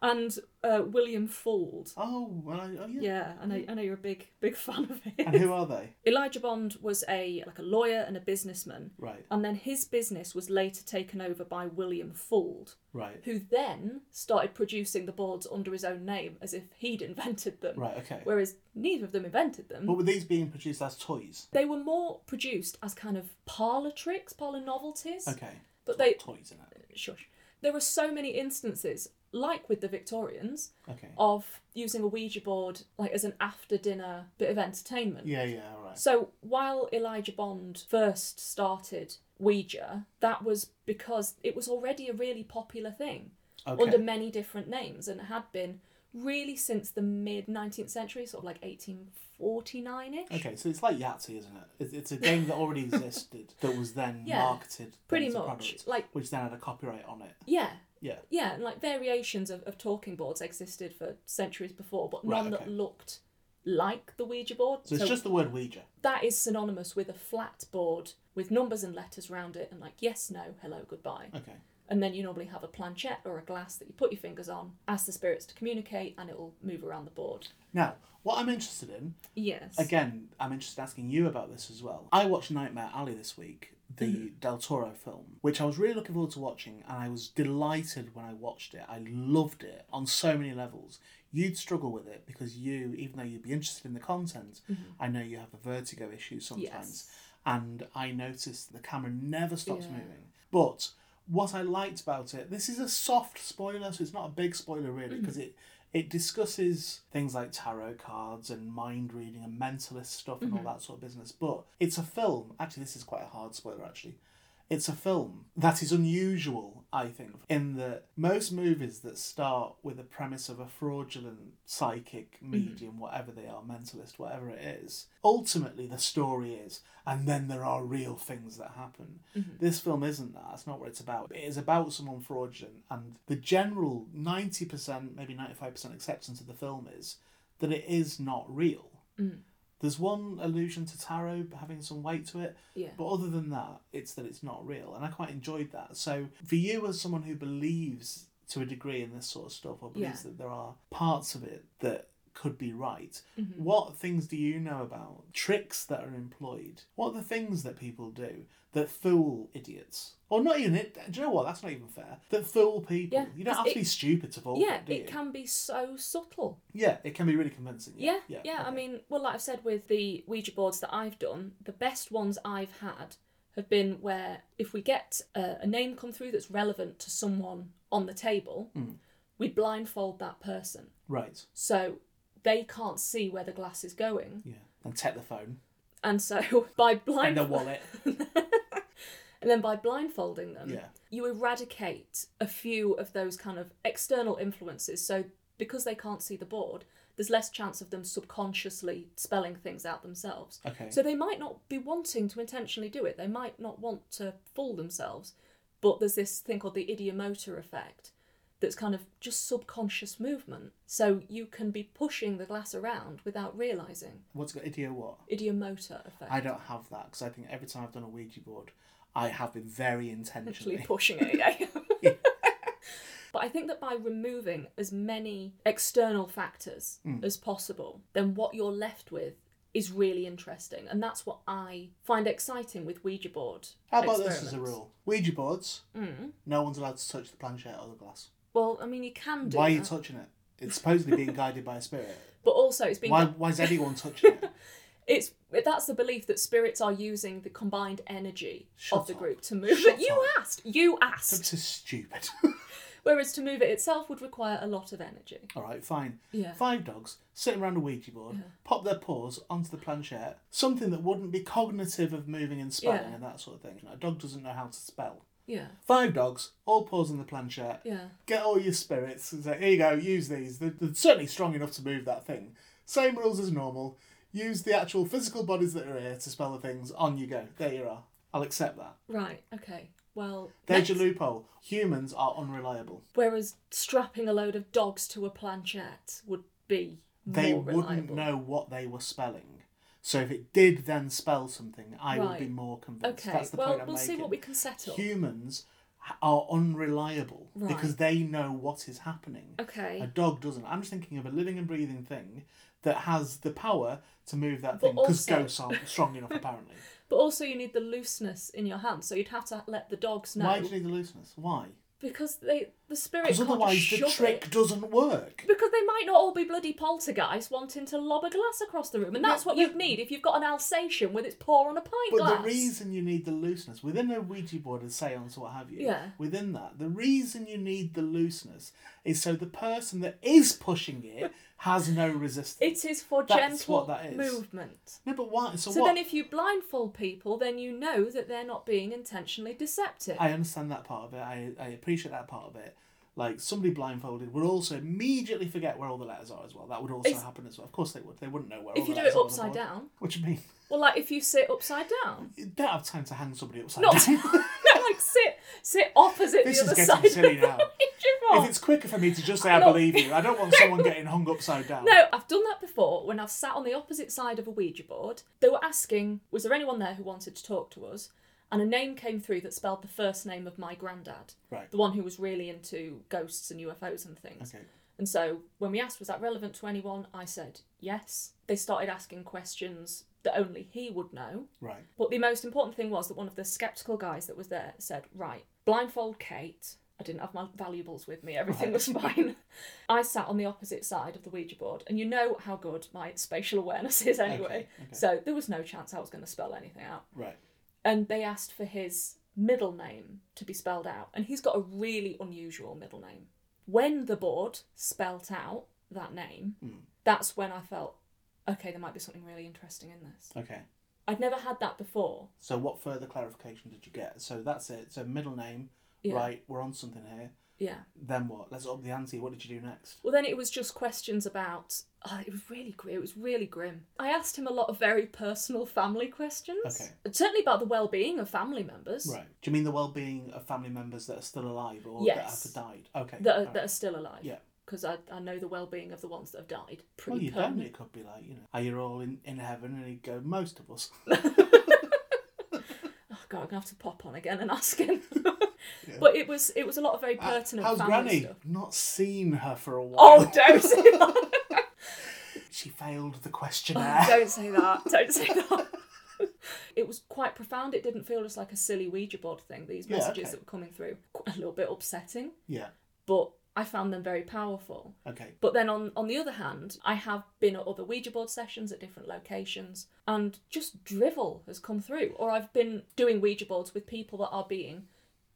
Speaker 1: and uh, William Fuld.
Speaker 3: oh, well, I- oh, yeah.
Speaker 1: Yeah, I know, I know you're a big, big fan of
Speaker 3: And
Speaker 1: his.
Speaker 3: who are they?
Speaker 1: Elijah Bond was a like a lawyer and a businessman,
Speaker 3: Right,
Speaker 1: and then his business was later taken over by William Fuld,
Speaker 3: right,
Speaker 1: who then started producing the boards under his own name as if he'd invented them.
Speaker 3: right, okay.
Speaker 1: Whereas neither of them invented them.
Speaker 3: But were these being produced as toys?
Speaker 1: They were more produced as kind of parlour tricks, parlour novelties.
Speaker 3: Okay.
Speaker 1: But they-
Speaker 3: Toys in it.
Speaker 1: Shush. There are so many instances, like with the Victorians,
Speaker 3: Okay.
Speaker 1: of using a Ouija board like as an after dinner bit of entertainment.
Speaker 3: Yeah, yeah, all right.
Speaker 1: So while Elijah Bond first started Ouija, that was because it was already a really popular thing
Speaker 3: Okay.
Speaker 1: under many different names and had been really since the mid 19th century, sort of like 1849 ish.
Speaker 3: Okay, so it's like Yahtzee, isn't it? It's, it's a game that already existed that was then
Speaker 1: Yeah,
Speaker 3: marketed
Speaker 1: pretty
Speaker 3: as a
Speaker 1: much,
Speaker 3: product,
Speaker 1: like-
Speaker 3: which then had a copyright on it.
Speaker 1: Yeah.
Speaker 3: Yeah.
Speaker 1: Yeah, and like variations of, of talking boards existed for centuries before, but
Speaker 3: Right,
Speaker 1: none
Speaker 3: okay.
Speaker 1: that looked like the Ouija board.
Speaker 3: So it's just the word Ouija.
Speaker 1: that is synonymous with a flat board with numbers and letters round it and like yes, no, hello, goodbye.
Speaker 3: Okay.
Speaker 1: And then you normally have a planchette or a glass that you put your fingers on, ask the spirits to communicate, and it'll move around the board.
Speaker 3: Now, what I'm interested in
Speaker 1: Yes.
Speaker 3: Again, I'm interested in asking you about this as well. I watched Nightmare Alley this week, the Del Toro film, which I was really looking forward to watching, and I was delighted when I watched it. I loved it on so many levels. You'd struggle with it because you, even though you'd be interested in the content, I know you have a vertigo issue sometimes,
Speaker 1: Yes.
Speaker 3: and I noticed the camera never stops
Speaker 1: Yeah.
Speaker 3: moving. But what I liked about it, this is a soft spoiler, so it's not a big spoiler really, because it it discusses things like tarot cards and mind reading and mentalist stuff and all that sort of business. But it's a film. Actually, this is quite a hard spoiler. Actually, it's a film that is unusual, I think, in that most movies that start with the premise of a fraudulent psychic, medium, whatever they are, mentalist, whatever it is, ultimately the story is, and then there are real things that happen. This film isn't that. That's not what it's about. It is about someone fraudulent, and the general 90%, maybe 95% acceptance of the film is that it is not real. There's one allusion to tarot having some weight to it,
Speaker 1: yeah.
Speaker 3: but other than that, it's that it's not real, and I quite enjoyed that. So for you, as someone who believes to a degree in this sort of stuff, or believes
Speaker 1: Yeah.
Speaker 3: that there are parts of it that could be right,
Speaker 1: Mm-hmm.
Speaker 3: what things do you know about tricks that are employed? What are the things that people do that fool idiots? Or not even it. Do you know what? That's not even fair. That fool people.
Speaker 1: Yeah,
Speaker 3: you don't have
Speaker 1: it's-
Speaker 3: to be stupid to fool.
Speaker 1: yeah,
Speaker 3: them, do
Speaker 1: it
Speaker 3: you?
Speaker 1: can be so subtle.
Speaker 3: Yeah, it can be really convincing.
Speaker 1: Yeah, yeah. I
Speaker 3: okay.
Speaker 1: mean, well, like I've said with the Ouija boards that I've done, the best ones I've had have been where if we get uh, a, a name come through that's relevant to someone on the table,
Speaker 3: Hmm.
Speaker 1: we blindfold that person.
Speaker 3: right.
Speaker 1: So they can't see where the glass is going.
Speaker 3: Yeah, and take the phone
Speaker 1: And so by
Speaker 3: and
Speaker 1: blind
Speaker 3: their wallet.
Speaker 1: and then by blindfolding them,
Speaker 3: Yeah.
Speaker 1: you eradicate a few of those kind of external influences. So because they can't see the board, there's less chance of them subconsciously spelling things out themselves.
Speaker 3: Okay.
Speaker 1: So they might not be wanting to intentionally do it. They might not want to fool themselves. But there's this thing called the idiomotor effect that's kind of just subconscious movement. So you can be pushing the glass around without realizing.
Speaker 3: What's got idio what?
Speaker 1: Idiomotor effect.
Speaker 3: I don't have that because I think every time I've done a Ouija board, I have been
Speaker 1: Actually
Speaker 3: very intentionally.
Speaker 1: pushing it, yeah. But I think that by removing as many external factors
Speaker 3: Mm.
Speaker 1: as possible, then what you're left with is really interesting. And that's what I find exciting with Ouija board.
Speaker 3: How about this as a
Speaker 1: experiments. Mm.
Speaker 3: rule? Ouija boards, no one's allowed to touch the planchette or the glass.
Speaker 1: Well, I mean, you can do
Speaker 3: Why are you
Speaker 1: that.
Speaker 3: touching it? It's supposedly being guided by a spirit.
Speaker 1: but also, it's been
Speaker 3: Why, why is anyone touching it?
Speaker 1: it's that's the belief that spirits are using the combined energy
Speaker 3: Shut
Speaker 1: of the
Speaker 3: up.
Speaker 1: group to move it.
Speaker 3: Shut
Speaker 1: You
Speaker 3: up.
Speaker 1: asked. You asked.
Speaker 3: This is stupid.
Speaker 1: Whereas to move it itself would require a lot of energy.
Speaker 3: All right, fine.
Speaker 1: Yeah.
Speaker 3: Five dogs sitting around a Ouija board, pop their paws onto the planchette, something that wouldn't be cognitive of moving and spelling
Speaker 1: Yeah.
Speaker 3: and that sort of thing. A dog doesn't know how to spell.
Speaker 1: Yeah.
Speaker 3: Five dogs, all paws on the planchette.
Speaker 1: Yeah.
Speaker 3: Get all your spirits and say, here you go, use these. They're, they're certainly strong enough to move that thing. Same rules as normal. Use the actual physical bodies that are here to spell the things. On you go. There you are. I'll accept that.
Speaker 1: Right. Okay. Well,
Speaker 3: There's
Speaker 1: next-
Speaker 3: your loophole. Humans are unreliable.
Speaker 1: whereas strapping a load of dogs to a planchette would be
Speaker 3: they
Speaker 1: more
Speaker 3: wouldn't
Speaker 1: reliable.
Speaker 3: know what they were spelling. So if it did then spell something, I would be
Speaker 1: Right.
Speaker 3: more convinced.
Speaker 1: Okay.
Speaker 3: That's the
Speaker 1: well,
Speaker 3: point I'm
Speaker 1: we'll
Speaker 3: making.
Speaker 1: see what we can settle.
Speaker 3: Humans h- are unreliable
Speaker 1: Right.
Speaker 3: because they know what is happening. A
Speaker 1: okay.
Speaker 3: dog doesn't. I'm just thinking of a living and breathing thing that has the power to move that
Speaker 1: But
Speaker 3: thing because
Speaker 1: also-
Speaker 3: ghosts aren't strong enough apparently.
Speaker 1: But also, you need the looseness in your hand, so you'd have to let the dogs know
Speaker 3: Why do you need the looseness? Why?
Speaker 1: because they the spirit
Speaker 3: Because
Speaker 1: can't
Speaker 3: otherwise the
Speaker 1: shove
Speaker 3: trick
Speaker 1: it.
Speaker 3: doesn't work.
Speaker 1: Because they might not all be bloody poltergeists wanting to lob a glass across the room, and that's what you'd need if you've got an Alsatian with its paw on a pint
Speaker 3: But
Speaker 1: glass.
Speaker 3: the reason you need the looseness within a Ouija board and seance or what have you,
Speaker 1: Yeah.
Speaker 3: within that, the reason you need the looseness is so the person that is pushing it has no resistance.
Speaker 1: It is for
Speaker 3: That's
Speaker 1: gentle
Speaker 3: what that is.
Speaker 1: movement.
Speaker 3: no, but why? So,
Speaker 1: So
Speaker 3: what?
Speaker 1: then, if you blindfold people, then you know that they're not being intentionally deceptive.
Speaker 3: I understand that part of it. I, I appreciate that part of it. Like somebody blindfolded would also immediately forget where all the letters are as well. That would also
Speaker 1: It's-
Speaker 3: happen as well. Of course they would. They wouldn't know where. all
Speaker 1: if you
Speaker 3: the
Speaker 1: do it
Speaker 3: letters are on the
Speaker 1: upside
Speaker 3: board.
Speaker 1: down,
Speaker 3: What do you mean?
Speaker 1: well, like if you sit upside down,
Speaker 3: You don't have time to hang somebody upside
Speaker 1: not
Speaker 3: down.
Speaker 1: no, like sit sit opposite
Speaker 3: This
Speaker 1: the
Speaker 3: is
Speaker 1: other
Speaker 3: getting
Speaker 1: side of
Speaker 3: silly
Speaker 1: the
Speaker 3: now.
Speaker 1: Ouija
Speaker 3: if
Speaker 1: board.
Speaker 3: it's quicker for me to just say I
Speaker 1: Look.
Speaker 3: believe you, I don't want someone getting hung upside down.
Speaker 1: No, I've done that before when I've sat on the opposite side of a Ouija board. They were asking, was there anyone there who wanted to talk to us? And a name came through that spelled the first name of my granddad,
Speaker 3: Right.
Speaker 1: the one who was really into ghosts and UFOs and things.
Speaker 3: Okay.
Speaker 1: And so when we asked, was that relevant to anyone? I said yes. They started asking questions that only he would know.
Speaker 3: Right.
Speaker 1: But the most important thing was that one of the skeptical guys that was there said, Right, blindfold Kate. I didn't have my valuables with me, everything was fine. I sat on the opposite side of the Ouija board, and you know how good my spatial awareness is anyway.
Speaker 3: okay.
Speaker 1: So there was no chance I was going to spell anything out.
Speaker 3: Right.
Speaker 1: And they asked for his middle name to be spelled out, and he's got a really unusual middle name. When the board spelt out that name,
Speaker 3: Hmm.
Speaker 1: that's when I felt, okay, there might be something really interesting in this.
Speaker 3: Okay.
Speaker 1: I'd never had that before.
Speaker 3: So what further clarification did you get? So that's it. So middle name,
Speaker 1: Yeah.
Speaker 3: right? We're on something here.
Speaker 1: Yeah.
Speaker 3: Then what? Let's up the ante. What did you do next?
Speaker 1: Well, then it was just questions about. Oh, it was really grim. It was really grim. I asked him a lot of very personal family questions.
Speaker 3: Okay.
Speaker 1: And Certainly about the well-being of family members
Speaker 3: Right. Do you mean the well-being of family members that are still alive or
Speaker 1: Yes.
Speaker 3: that have died? Okay.
Speaker 1: that are,
Speaker 3: alright.
Speaker 1: that are still alive.
Speaker 3: Yeah.
Speaker 1: Because I, I know the well-being of the ones that have died
Speaker 3: well,
Speaker 1: pretty
Speaker 3: you don't.
Speaker 1: permanently.
Speaker 3: It could be like you know, are you all in, in heaven? And he'd go, most of us.
Speaker 1: Oh God, I'm gonna have to pop on again and ask him. But it was it was a lot of very pertinent.
Speaker 3: Uh, How's
Speaker 1: family
Speaker 3: Granny?
Speaker 1: Stuff.
Speaker 3: Not seen her for a while.
Speaker 1: Oh, don't say that!
Speaker 3: She failed the questionnaire.
Speaker 1: don't say that! Don't say that! It was quite profound. It didn't feel just like a silly Ouija board thing. These
Speaker 3: Yeah,
Speaker 1: messages
Speaker 3: okay.
Speaker 1: that were coming through, Qu- a little bit upsetting.
Speaker 3: yeah.
Speaker 1: but I found them very powerful.
Speaker 3: Okay.
Speaker 1: But then on, on the other hand, I have been at other Ouija board sessions at different locations and just drivel has come through. Or I've been doing Ouija boards with people that are being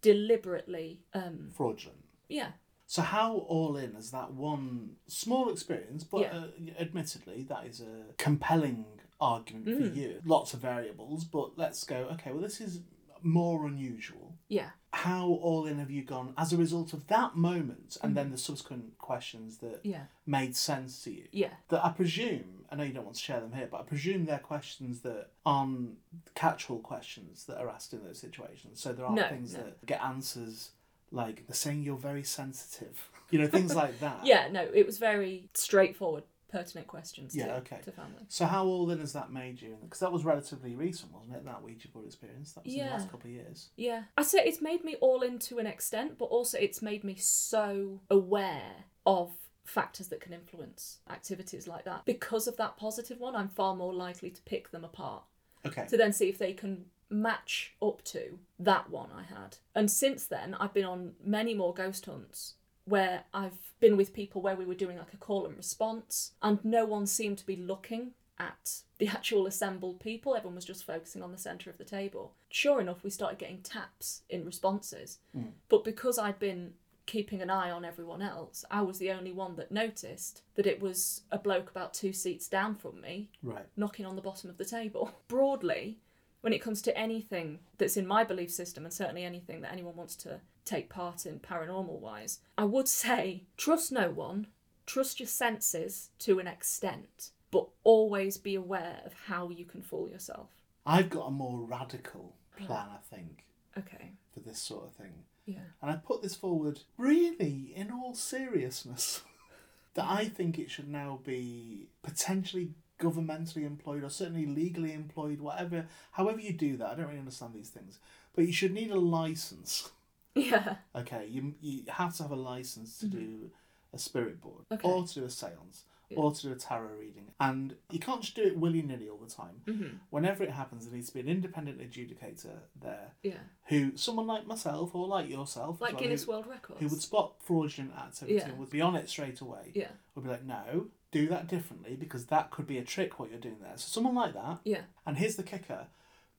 Speaker 1: deliberately, um,
Speaker 3: Fraudulent.
Speaker 1: yeah,
Speaker 3: So how all in is that one small experience? But
Speaker 1: Yeah.
Speaker 3: uh, admittedly, that is a compelling argument
Speaker 1: Mm.
Speaker 3: for you. Lots of variables, but let's go. Okay, well, this is more unusual.
Speaker 1: yeah.
Speaker 3: How all in have you gone as a result of that moment, and then the subsequent questions that
Speaker 1: Mm. Yeah.
Speaker 3: made sense to you?
Speaker 1: Yeah.
Speaker 3: That I presume, I know you don't want to share them here, but I presume they're questions that aren't catch-all questions that are asked in those situations. So there are
Speaker 1: No,
Speaker 3: things
Speaker 1: no.
Speaker 3: that get answers like they're saying you're very sensitive, you know, things like that.
Speaker 1: Yeah, no, it was very straightforward, pertinent questions
Speaker 3: Yeah,
Speaker 1: to,
Speaker 3: okay.
Speaker 1: to family.
Speaker 3: So how old then has that made you? Because that was relatively recent, wasn't it? That Ouija board experience. That was in the
Speaker 1: Yeah.
Speaker 3: last couple of years.
Speaker 1: Yeah. I say it's made me all in to an extent, but also it's made me so aware of factors that can influence activities like that. Because of that positive one, I'm far more likely to pick them apart
Speaker 3: Okay.
Speaker 1: to then see if they can match up to that one I had. And since then, I've been on many more ghost hunts where I've been with people where we were doing like a call and response, and no one seemed to be looking at the actual assembled people. Everyone was just focusing on the centre of the table. Sure enough, we started getting taps in responses. But because I'd been keeping an eye on everyone else, I was the only one that noticed that it was a bloke about two seats down from me
Speaker 3: Right.
Speaker 1: knocking on the bottom of the table. Broadly, when it comes to anything that's in my belief system, and certainly anything that anyone wants to take part in paranormal wise, I would say trust no one, trust your senses to an extent, but always be aware of how you can fool yourself.
Speaker 3: I've got a more radical plan, I think,
Speaker 1: Okay.
Speaker 3: for this sort of thing.
Speaker 1: Yeah.
Speaker 3: And I put this forward really in all seriousness that I think it should now be potentially governmentally employed or certainly legally employed, whatever, however you do that. I don't really understand these things. But you should need a license.
Speaker 1: Yeah.
Speaker 3: Okay, you, you have to have a license to do a spirit board
Speaker 1: Mm-hmm. Okay.
Speaker 3: or to do a seance. Or to do a tarot reading. And you can't just do it willy nilly all the time.
Speaker 1: Mm-hmm.
Speaker 3: Whenever it happens, there needs to be an independent adjudicator there
Speaker 1: Yeah.
Speaker 3: who, someone like myself or like yourself, as
Speaker 1: Like
Speaker 3: well,
Speaker 1: Guinness
Speaker 3: who-
Speaker 1: World Records.
Speaker 3: who would spot fraudulent activity
Speaker 1: Yeah.
Speaker 3: and would be on it straight away
Speaker 1: Yeah.
Speaker 3: would be like, no, do that differently because that could be a trick what you're doing there. So someone like that,
Speaker 1: Yeah.
Speaker 3: and here's the kicker,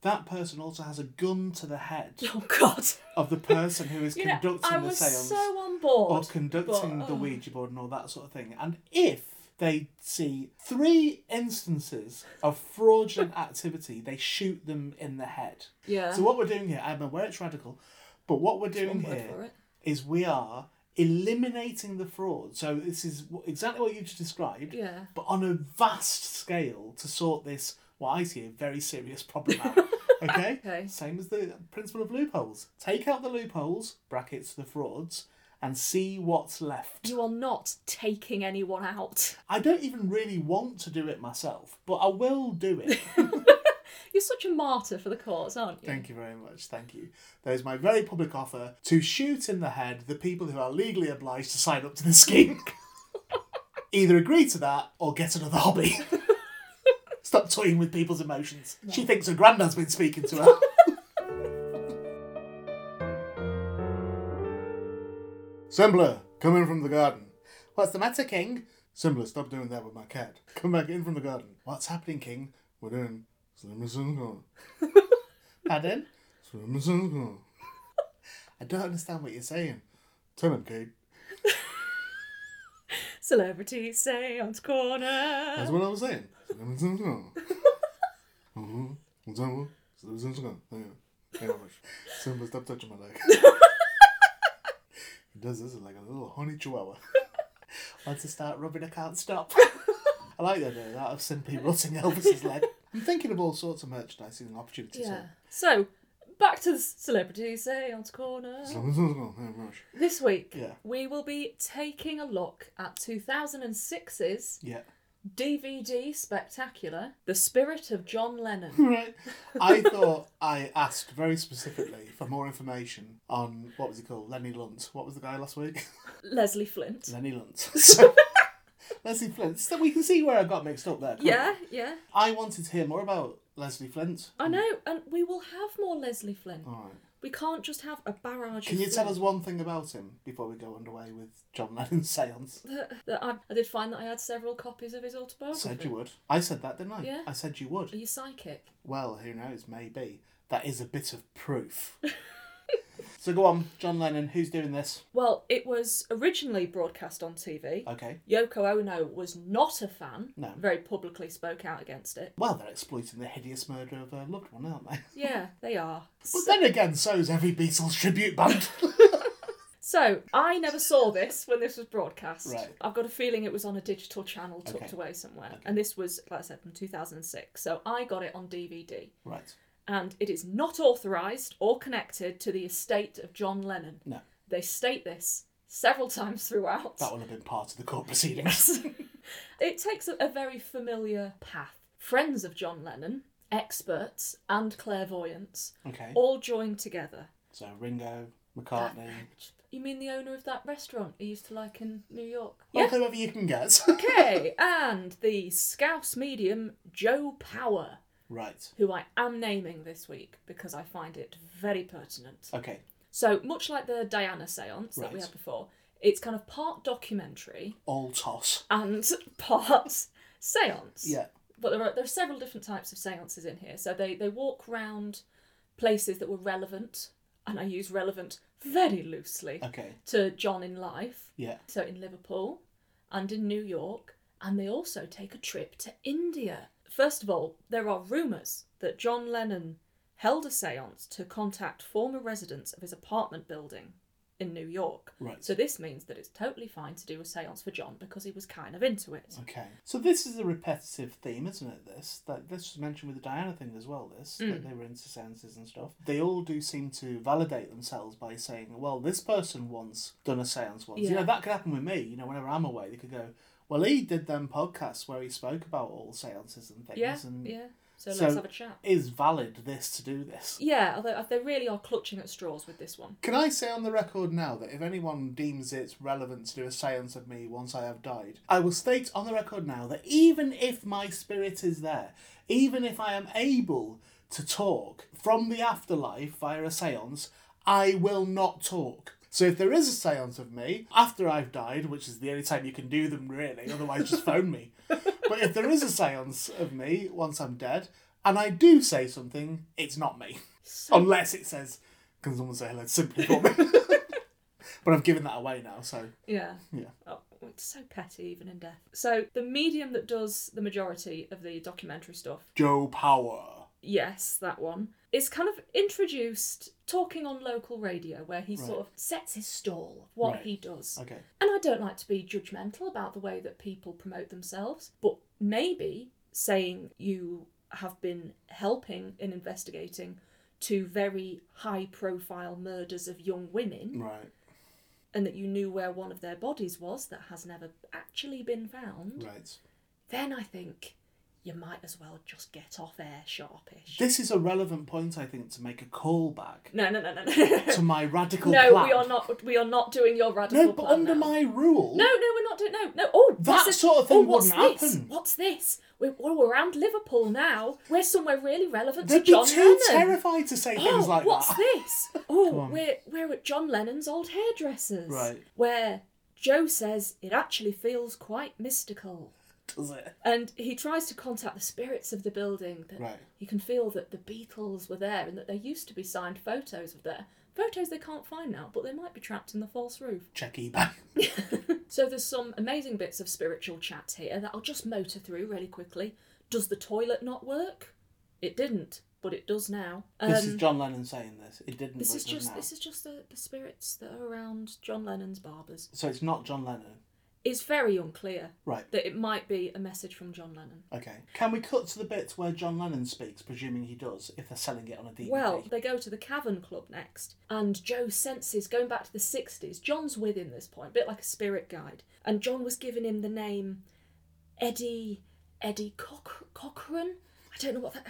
Speaker 3: that person also has a gun to the head
Speaker 1: Oh God.
Speaker 3: of the person who is
Speaker 1: You know,
Speaker 3: conducting
Speaker 1: I
Speaker 3: the
Speaker 1: was
Speaker 3: seance
Speaker 1: so on board.
Speaker 3: or conducting
Speaker 1: but,
Speaker 3: the
Speaker 1: oh.
Speaker 3: Ouija board and all that sort of thing. And if they see three instances of fraudulent activity, they shoot them in the head.
Speaker 1: Yeah.
Speaker 3: So what we're doing here, I'm aware it's radical, but what we're doing
Speaker 1: One word
Speaker 3: here
Speaker 1: for it.
Speaker 3: is we are eliminating the fraud. So this is wh- exactly what you just described,
Speaker 1: Yeah.
Speaker 3: but on a vast scale to sort this what I see a very serious problem out. Okay?
Speaker 1: Okay.
Speaker 3: Same as the principle of loopholes. Take out the loopholes, brackets the frauds, and see what's left.
Speaker 1: You are not taking anyone out.
Speaker 3: I don't even really want to do it myself, but I will do it.
Speaker 1: You're such a martyr for the cause, aren't you?
Speaker 3: Thank you very much. Thank you. There's my very public offer to shoot in the head the people who are legally obliged to sign up to the scheme. Either agree to that or get another hobby. Stop toying with people's emotions. She thinks her granddad's been speaking to her. Sembler, come in from the garden. What's the matter, King? Sembler, stop doing that with my cat. Come back in from the garden. What's happening, King? We're doing Slimmer's Pardon? I don't understand what you're saying. Tell him, Kate.
Speaker 1: Celebrity seance corner.
Speaker 3: That's what I was saying. Mm-hmm. Simba, stop touching my leg. he does this like a little honey chihuahua. Once I start rubbing, I can't stop. I like the idea of that of simply rotting Elvis's leg. I'm thinking of all sorts of merchandising and opportunities.
Speaker 1: Yeah.
Speaker 3: here.
Speaker 1: So, back to the celebrity seance corner.
Speaker 3: Mm-hmm.
Speaker 1: This week,
Speaker 3: Yeah.
Speaker 1: we will be taking a look at 2006's
Speaker 3: Yeah.
Speaker 1: DVD spectacular, The Spirit of John Lennon.
Speaker 3: Right. I thought I asked very specifically for more information on what was he called? Lenny Lunt. What was the guy last week?
Speaker 1: Leslie Flint.
Speaker 3: Lenny Lunt. So, Leslie Flint. So we can see where I got mixed up there. can't
Speaker 1: Yeah,
Speaker 3: we?
Speaker 1: yeah.
Speaker 3: I wanted to hear more about Leslie Flint.
Speaker 1: I know, and we will have more Leslie Flint.
Speaker 3: All right.
Speaker 1: We can't just have a barrage
Speaker 3: Can
Speaker 1: of
Speaker 3: you tell
Speaker 1: Flint.
Speaker 3: us one thing about him before we go underway with John Lennon's seance?
Speaker 1: that, that I, I did find that I had several copies of his autobiography.
Speaker 3: Said you would. I said that, didn't I?
Speaker 1: Yeah.
Speaker 3: I said you
Speaker 1: Are
Speaker 3: would.
Speaker 1: you psychic?
Speaker 3: Well, who knows? Maybe. That is a bit of proof. so go on, John Lennon. Who's doing this?
Speaker 1: Well, it was originally broadcast on TV.
Speaker 3: Okay.
Speaker 1: Yoko Ono was not a fan.
Speaker 3: No.
Speaker 1: Very publicly spoke out against it.
Speaker 3: Well, they're exploiting the hideous murder of a loved one, aren't they?
Speaker 1: Yeah, they are.
Speaker 3: But then again, so's every Beatles tribute band.
Speaker 1: So, I never saw this when this was broadcast.
Speaker 3: Right.
Speaker 1: I've got a feeling it was on a digital channel tucked
Speaker 3: Okay.
Speaker 1: away somewhere. And this was, like I said, from 2006. So, I got it on DVD.
Speaker 3: right.
Speaker 1: And it is not authorised or connected to the estate of John Lennon.
Speaker 3: No.
Speaker 1: They state this several times throughout.
Speaker 3: That will have been part of the court proceedings.
Speaker 1: Yes. it takes a, a very familiar path. Friends of John Lennon, experts, and clairvoyants
Speaker 3: Okay.
Speaker 1: all joined together. Ah,
Speaker 3: So Ringo, McCartney,
Speaker 1: You mean the owner of that restaurant he used to like in New York?
Speaker 3: well, Oh, whoever you can get.
Speaker 1: Okay, and the Scouse medium Joe Power,
Speaker 3: right.
Speaker 1: who I am naming this week because I find it very pertinent.
Speaker 3: Okay.
Speaker 1: So, much like the Diana seance that we
Speaker 3: Right.
Speaker 1: had before, it's kind of part documentary
Speaker 3: All toss.
Speaker 1: and part seance.
Speaker 3: Yeah.
Speaker 1: But there are, there are several different types of seances in here. So, they, they walk round places that were relevant, and I use relevant very loosely,
Speaker 3: Okay.
Speaker 1: to John in life.
Speaker 3: Yeah.
Speaker 1: So in Liverpool and in New York, and they also take a trip to India. First of all, there are rumours that John Lennon held a seance to contact former residents of his apartment building in New York.
Speaker 3: Right.
Speaker 1: So this means that it's totally fine to do a seance for John because he was kind of into it.
Speaker 3: Okay. So this is a repetitive theme, isn't it? This that this was mentioned with the Diana thing as well. This
Speaker 1: Hmm.
Speaker 3: that they were into seances and stuff. They all do seem to validate themselves by saying, "Well, this person once done a seance once." You
Speaker 1: Yeah.
Speaker 3: know that could happen with me. You know, whenever I'm away, they could go. Well, he did them podcasts where he spoke about all seances and things,
Speaker 1: Yeah,
Speaker 3: and
Speaker 1: yeah. So,
Speaker 3: So-
Speaker 1: let's have a chat.
Speaker 3: is valid this to do this.
Speaker 1: Yeah, although they really are clutching at straws with this one.
Speaker 3: Can I say on the record now that if anyone deems it relevant to do a seance of me once I have died, I will state on the record now that even if my spirit is there, even if I am able to talk from the afterlife via a seance, I will not talk. So if there is a seance of me after I've died, which is the only time you can do them really, otherwise just phone me. But if there is a seance of me once I'm dead, and I do say something, it's not me. Unless it says, can someone say hello simply for me? but I've given that away now, so
Speaker 1: Yeah.
Speaker 3: Yeah.
Speaker 1: Oh, it's so petty, even in death. So the medium that does the majority of the documentary stuff,
Speaker 3: Joe Power.
Speaker 1: yes, that one, is kind of introduced talking on local radio, where he sort of sets his stall, what
Speaker 3: Right.
Speaker 1: he does.
Speaker 3: Okay.
Speaker 1: And I don't like to be judgmental about the way that people promote themselves, but maybe saying you have been helping in investigating two very high profile murders of young women
Speaker 3: Right,
Speaker 1: and that you knew where one of their bodies was that has never actually been found,
Speaker 3: right.
Speaker 1: then I think you might as well just get off air sharpish.
Speaker 3: This is a relevant point, I think, to make a callback
Speaker 1: No, no, no, no, no.
Speaker 3: to my radical
Speaker 1: no,
Speaker 3: plan.
Speaker 1: we are not. We are not doing your radical
Speaker 3: No, but
Speaker 1: plan
Speaker 3: under
Speaker 1: now.
Speaker 3: my rule.
Speaker 1: No, no, we're not doing. No, no. Oh,
Speaker 3: That
Speaker 1: what's this-
Speaker 3: sort of thing
Speaker 1: oh, what's
Speaker 3: wouldn't
Speaker 1: this?
Speaker 3: happen.
Speaker 1: What's this? We're, well, we're around Liverpool now. We're somewhere really relevant
Speaker 3: They'd
Speaker 1: to John
Speaker 3: be too
Speaker 1: Lennon.
Speaker 3: terrified to say
Speaker 1: Oh,
Speaker 3: things like
Speaker 1: what's
Speaker 3: that.
Speaker 1: this? Oh, we're we're at John Lennon's old hairdressers.
Speaker 3: Right.
Speaker 1: Where Joe says it actually feels quite mystical.
Speaker 3: Does it?
Speaker 1: And he tries to contact the spirits of the building. That
Speaker 3: Right.
Speaker 1: You can feel that the Beatles were there and that there used to be signed photos of there. Photos they can't find now, but they might be trapped in the false roof.
Speaker 3: Check eBay.
Speaker 1: So there's some amazing bits of spiritual chat here that I'll just motor through really quickly. Does the toilet not work? It didn't, but it does now. Um,
Speaker 3: this is John Lennon saying this. It didn't.
Speaker 1: this
Speaker 3: but
Speaker 1: is
Speaker 3: it does
Speaker 1: just
Speaker 3: now.
Speaker 1: this is just the, the spirits that are around John Lennon's barbers.
Speaker 3: So it's not John Lennon.
Speaker 1: It's very unclear
Speaker 3: Right.
Speaker 1: that it might be a message from John Lennon.
Speaker 3: Okay. Can we cut to the bit where John Lennon speaks, presuming he does, if they're selling it on a DVD?
Speaker 1: Well, they go to the Cavern Club next, and Joe senses going back to the 60s. John's with him this point, a bit like a spirit guide. And John was giving him the name Eddie Eddie Coch- Cochran. I don't know what that.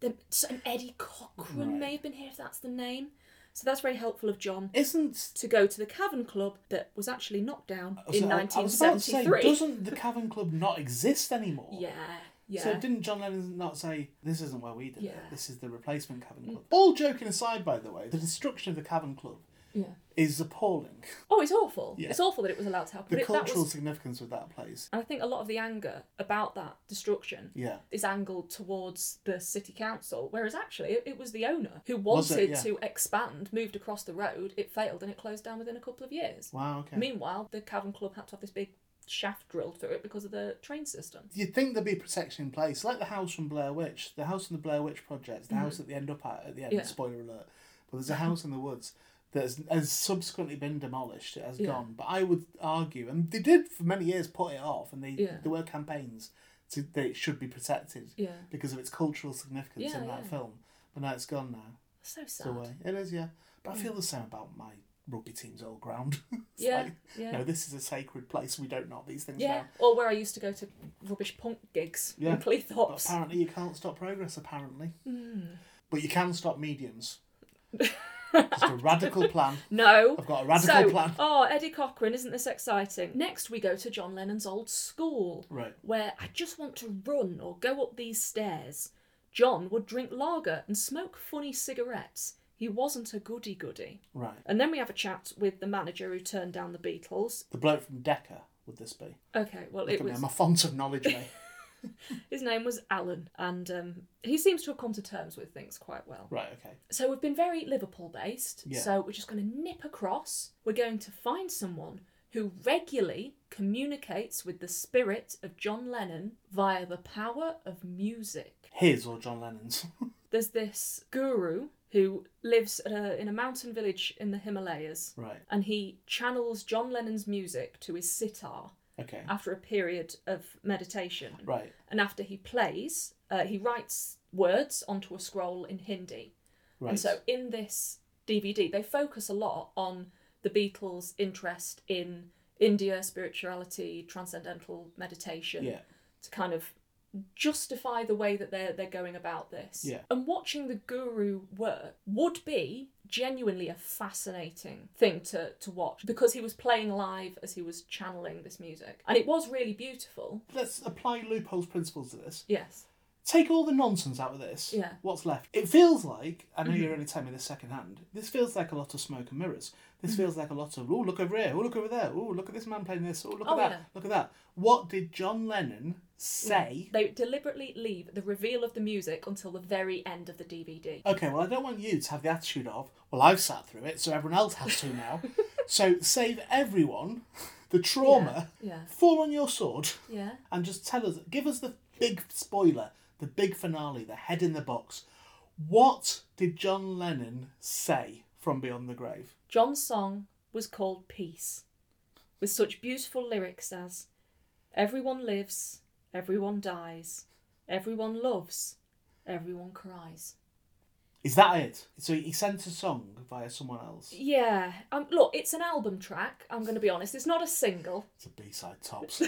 Speaker 1: The, so an Eddie Cochran may have been here if that's the name. So that's very helpful of John
Speaker 3: isn't
Speaker 1: to go to the Cavern Club that was actually knocked down
Speaker 3: So
Speaker 1: in
Speaker 3: I- I was about to say,
Speaker 1: 1973.
Speaker 3: doesn't the Cavern Club not exist anymore?
Speaker 1: yeah, yeah.
Speaker 3: So didn't John Lennon not say this isn't where we did it?
Speaker 1: Yeah. Mm.
Speaker 3: This is the replacement Cavern Club. All joking aside, by the way, the destruction of the Cavern Club
Speaker 1: yeah.
Speaker 3: is appalling.
Speaker 1: Oh, it's awful.
Speaker 3: Yeah.
Speaker 1: It's awful that it was allowed to happen.
Speaker 3: The
Speaker 1: but it- that
Speaker 3: cultural
Speaker 1: was,
Speaker 3: significance of that place.
Speaker 1: And I think a lot of the anger about that destruction
Speaker 3: Yeah.
Speaker 1: is angled towards the city council, whereas actually it, it was the owner who
Speaker 3: Was
Speaker 1: wanted
Speaker 3: it? Yeah.
Speaker 1: to expand, moved across the road, it failed and it closed down within a couple of years.
Speaker 3: Wow. Okay.
Speaker 1: Meanwhile, the Cavern Club had to have this big shaft drilled through it because of the train system.
Speaker 3: You'd think there'd be protection in place, like the house from Blair Witch, the house from the Blair Witch Project, the house that they end up at at the end.
Speaker 1: Mm. Yeah.
Speaker 3: Spoiler alert! But there's a house in the woods that has, has subsequently been demolished. It has
Speaker 1: Yeah.
Speaker 3: gone. But I would argue, and they did for many years put it off, and they
Speaker 1: Yeah.
Speaker 3: there were campaigns to that it should be protected
Speaker 1: Yeah.
Speaker 3: because of its cultural significance
Speaker 1: Yeah,
Speaker 3: in that
Speaker 1: yeah.
Speaker 3: film. But now it's gone now.
Speaker 1: So
Speaker 3: It's
Speaker 1: sad.
Speaker 3: away. It is, yeah. But I feel the same about my rugby team's old ground. It's
Speaker 1: Yeah,
Speaker 3: like,
Speaker 1: yeah.
Speaker 3: No, this is a sacred place. We don't knock these things
Speaker 1: yeah,
Speaker 3: down.
Speaker 1: or where I used to go to rubbish punk gigs
Speaker 3: Yeah.
Speaker 1: in
Speaker 3: But
Speaker 1: Cleethorpes.
Speaker 3: apparently, you can't stop progress. Apparently,
Speaker 1: Hmm.
Speaker 3: but you can stop mediums. Just a radical plan.
Speaker 1: No.
Speaker 3: I've got a radical
Speaker 1: so,
Speaker 3: plan.
Speaker 1: Oh, Eddie Cochran, isn't this exciting? Next, we go to John Lennon's old school,
Speaker 3: Right.
Speaker 1: where I just want to run or go up these stairs. John would drink lager and smoke funny cigarettes. He wasn't a goody goody.
Speaker 3: Right.
Speaker 1: And then we have a chat with the manager who turned down the Beatles.
Speaker 3: The bloke from Decca would this be?
Speaker 1: Okay, well,
Speaker 3: Look
Speaker 1: it
Speaker 3: at me,
Speaker 1: was
Speaker 3: I'm a font of knowledge, mate.
Speaker 1: his name was Alan, and um, he seems to have come to terms with things quite well.
Speaker 3: right. Okay.
Speaker 1: So we've been very Liverpool based.
Speaker 3: Yeah.
Speaker 1: So we're just going to nip across. We're going to find someone who regularly communicates with the spirit of John Lennon via the power of music.
Speaker 3: His or John Lennon's.
Speaker 1: There's this guru who lives at a, in a mountain village in the Himalayas.
Speaker 3: right.
Speaker 1: And he channels John Lennon's music to his sitar
Speaker 3: Okay.
Speaker 1: after a period of meditation.
Speaker 3: Right.
Speaker 1: And after he plays, uh, he writes words onto a scroll in Hindi.
Speaker 3: Right.
Speaker 1: And so in this DVD, they focus a lot on the Beatles' interest in India, spirituality, transcendental meditation
Speaker 3: yeah.
Speaker 1: to kind of justify the way that they're they're going about this.
Speaker 3: Yeah.
Speaker 1: And watching the guru work would be genuinely a fascinating thing to, to watch because he was playing live as he was channeling this music. And it was really beautiful.
Speaker 3: Let's apply loopholes principles to this.
Speaker 1: Yes.
Speaker 3: Take all the nonsense out of this.
Speaker 1: Yeah. Mm-hmm.
Speaker 3: What's left? It feels like, I know you're only telling me this second hand, this feels like a lot of smoke and mirrors. This
Speaker 1: Mm-hmm.
Speaker 3: feels like a lot of, oh, look over here, oh, look over there, oh, look at this man playing this, oh, look
Speaker 1: Oh,
Speaker 3: at that,
Speaker 1: yeah.
Speaker 3: look at that. What did John Lennon say?
Speaker 1: They deliberately leave the reveal of the music until the very end of the DVD.
Speaker 3: Okay, well, I don't want you to have the attitude of, well, I've sat through it, so everyone else has to now. so save everyone the trauma,
Speaker 1: Yeah.
Speaker 3: fall on your sword,
Speaker 1: Yeah.
Speaker 3: and just tell us, give us the big spoiler, the big finale, the head in the box. What did John Lennon say from Beyond the Grave?
Speaker 1: John's song was called Peace, with such beautiful lyrics as Everyone lives, everyone dies, everyone loves, everyone cries.
Speaker 3: Is that it? So he sent a song via someone else.
Speaker 1: Yeah, um, look, it's an album track, I'm going to be honest. It's not a single.
Speaker 3: It's a B-side tops.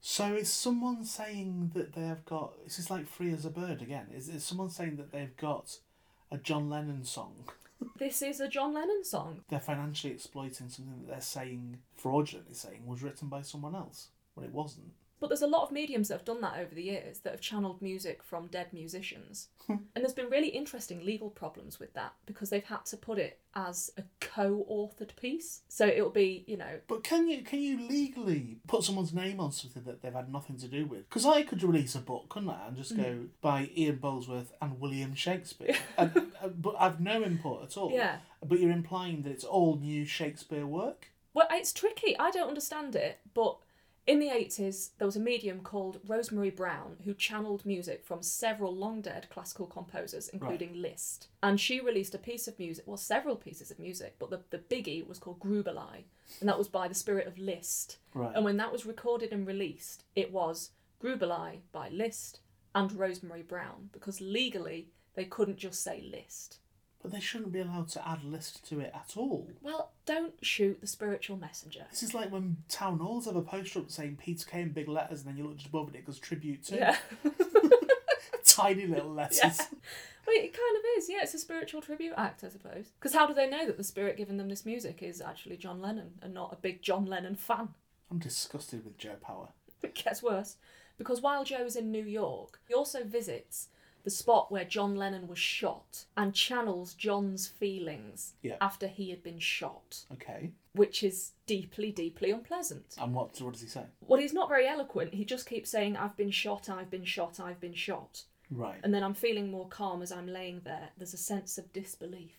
Speaker 3: so is someone saying that they have got? This is like free as a bird again. Is, is someone saying that they've got a John Lennon song?
Speaker 1: This is a John Lennon song.
Speaker 3: They're financially exploiting something that they're saying fraudulently saying was written by someone else when it wasn't.
Speaker 1: But there's a lot of mediums that have done that over the years that have channeled music from dead musicians. and there's been really interesting legal problems with that because they've had to put it as a co authored piece. So it'll be, you know,
Speaker 3: But can you can you legally put someone's name on something that they've had nothing to do with? Because I could release a book, couldn't I, and
Speaker 1: Mm.
Speaker 3: just go by Ian Bolesworth and William Shakespeare, and, and- but I've no import at all.
Speaker 1: Yeah.
Speaker 3: But you're implying that it's all new Shakespeare work.
Speaker 1: Well, it's tricky. I don't understand it, but in the 80s, there was a medium called Rosemary Brown who channeled music from several long dead classical composers, including Liszt. And she released a piece of music, well, several pieces of music, but the, the biggie was called Grubelei, and that was by the spirit of Liszt.
Speaker 3: Right.
Speaker 1: And when that was recorded and released, it was Grubelei by Liszt and Rosemary Brown, because legally they couldn't just say Liszt.
Speaker 3: But they shouldn't be allowed to add list to it at all.
Speaker 1: Well, don't shoot the spiritual messenger.
Speaker 3: This is like when town halls have a poster up saying Peter Kay in big letters, and then you look just above it, it goes tribute to
Speaker 1: Yeah.
Speaker 3: tiny little letters.
Speaker 1: Well, it kind of is, yeah. It's a spiritual tribute act, I suppose. Because how do they know that the spirit giving them this music is actually John Lennon and not a big John Lennon fan?
Speaker 3: I'm disgusted with Joe Power.
Speaker 1: It gets worse. Because while Joe is in New York, he also visits the spot where John Lennon was shot and channels John's feelings
Speaker 3: Yeah.
Speaker 1: after he had been shot,
Speaker 3: Okay,
Speaker 1: which is deeply, deeply unpleasant.
Speaker 3: and what what does he say?
Speaker 1: Well, he's not very eloquent. He just keeps saying, I've been shot, I've been shot, I've been shot.
Speaker 3: Right.
Speaker 1: And then I'm feeling more calm as I'm laying there. There's a sense of disbelief.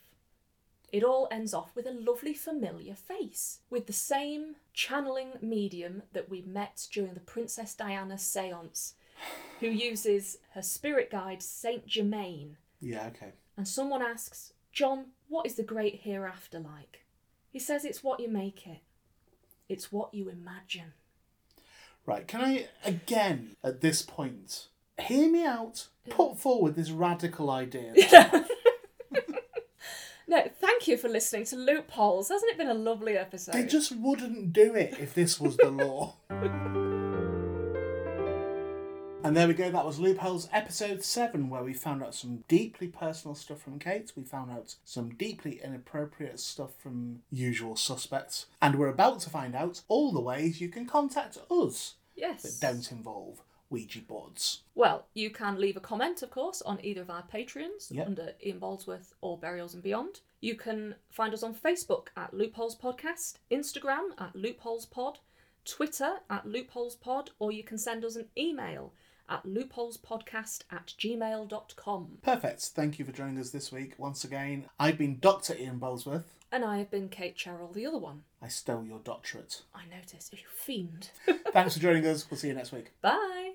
Speaker 1: It all ends off with a lovely familiar face, with the same channeling medium that we met during the Princess Diana seance, who uses her spirit guide, Saint Germain.
Speaker 3: Yeah. Okay.
Speaker 1: And someone asks, John, what is the great hereafter like? He says, It's what you make it, it's what you imagine.
Speaker 3: Right, can I again at this point hear me out? Put forward this radical idea.
Speaker 1: No, thank Thank you for listening to Loopholes. Hasn't it been a lovely episode?
Speaker 3: They just wouldn't do it if this was the law. And there we go, that was Loopholes episode 7, where we found out some deeply personal stuff from Kate, we found out some deeply inappropriate stuff from usual suspects, and we're about to find out all the ways you can contact us that
Speaker 1: Yes.
Speaker 3: don't involve Ouija boards.
Speaker 1: Well, you can leave a comment, of course, on either of our Patreons
Speaker 3: Yep.
Speaker 1: under Ian Baldsworth or Burials and Beyond. You can find us on Facebook at Loopholes Podcast, Instagram at Loopholes Pod, Twitter at Loopholes Pod, or you can send us an email at loopholespodcast at gmail.com.
Speaker 3: Perfect, thank you for joining us this week once again. I've been Dr. Ian Bolesworth.
Speaker 1: And I have been Kate Cheryl, the other one.
Speaker 3: I stole your doctorate.
Speaker 1: I noticed, you fiend.
Speaker 3: Thanks for joining us, we'll see you next week.
Speaker 1: Bye.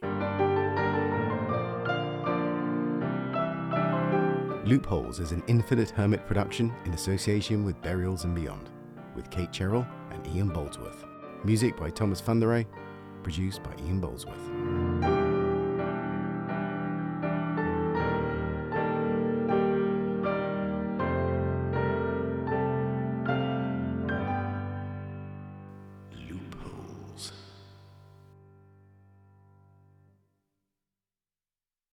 Speaker 2: Loopholes is an Infinite Hermit production in association with Burials and Beyond, with Kate Cheryl and Ian Boldsworth. Music by Thomas Funderay, produced by Ian Boldsworth.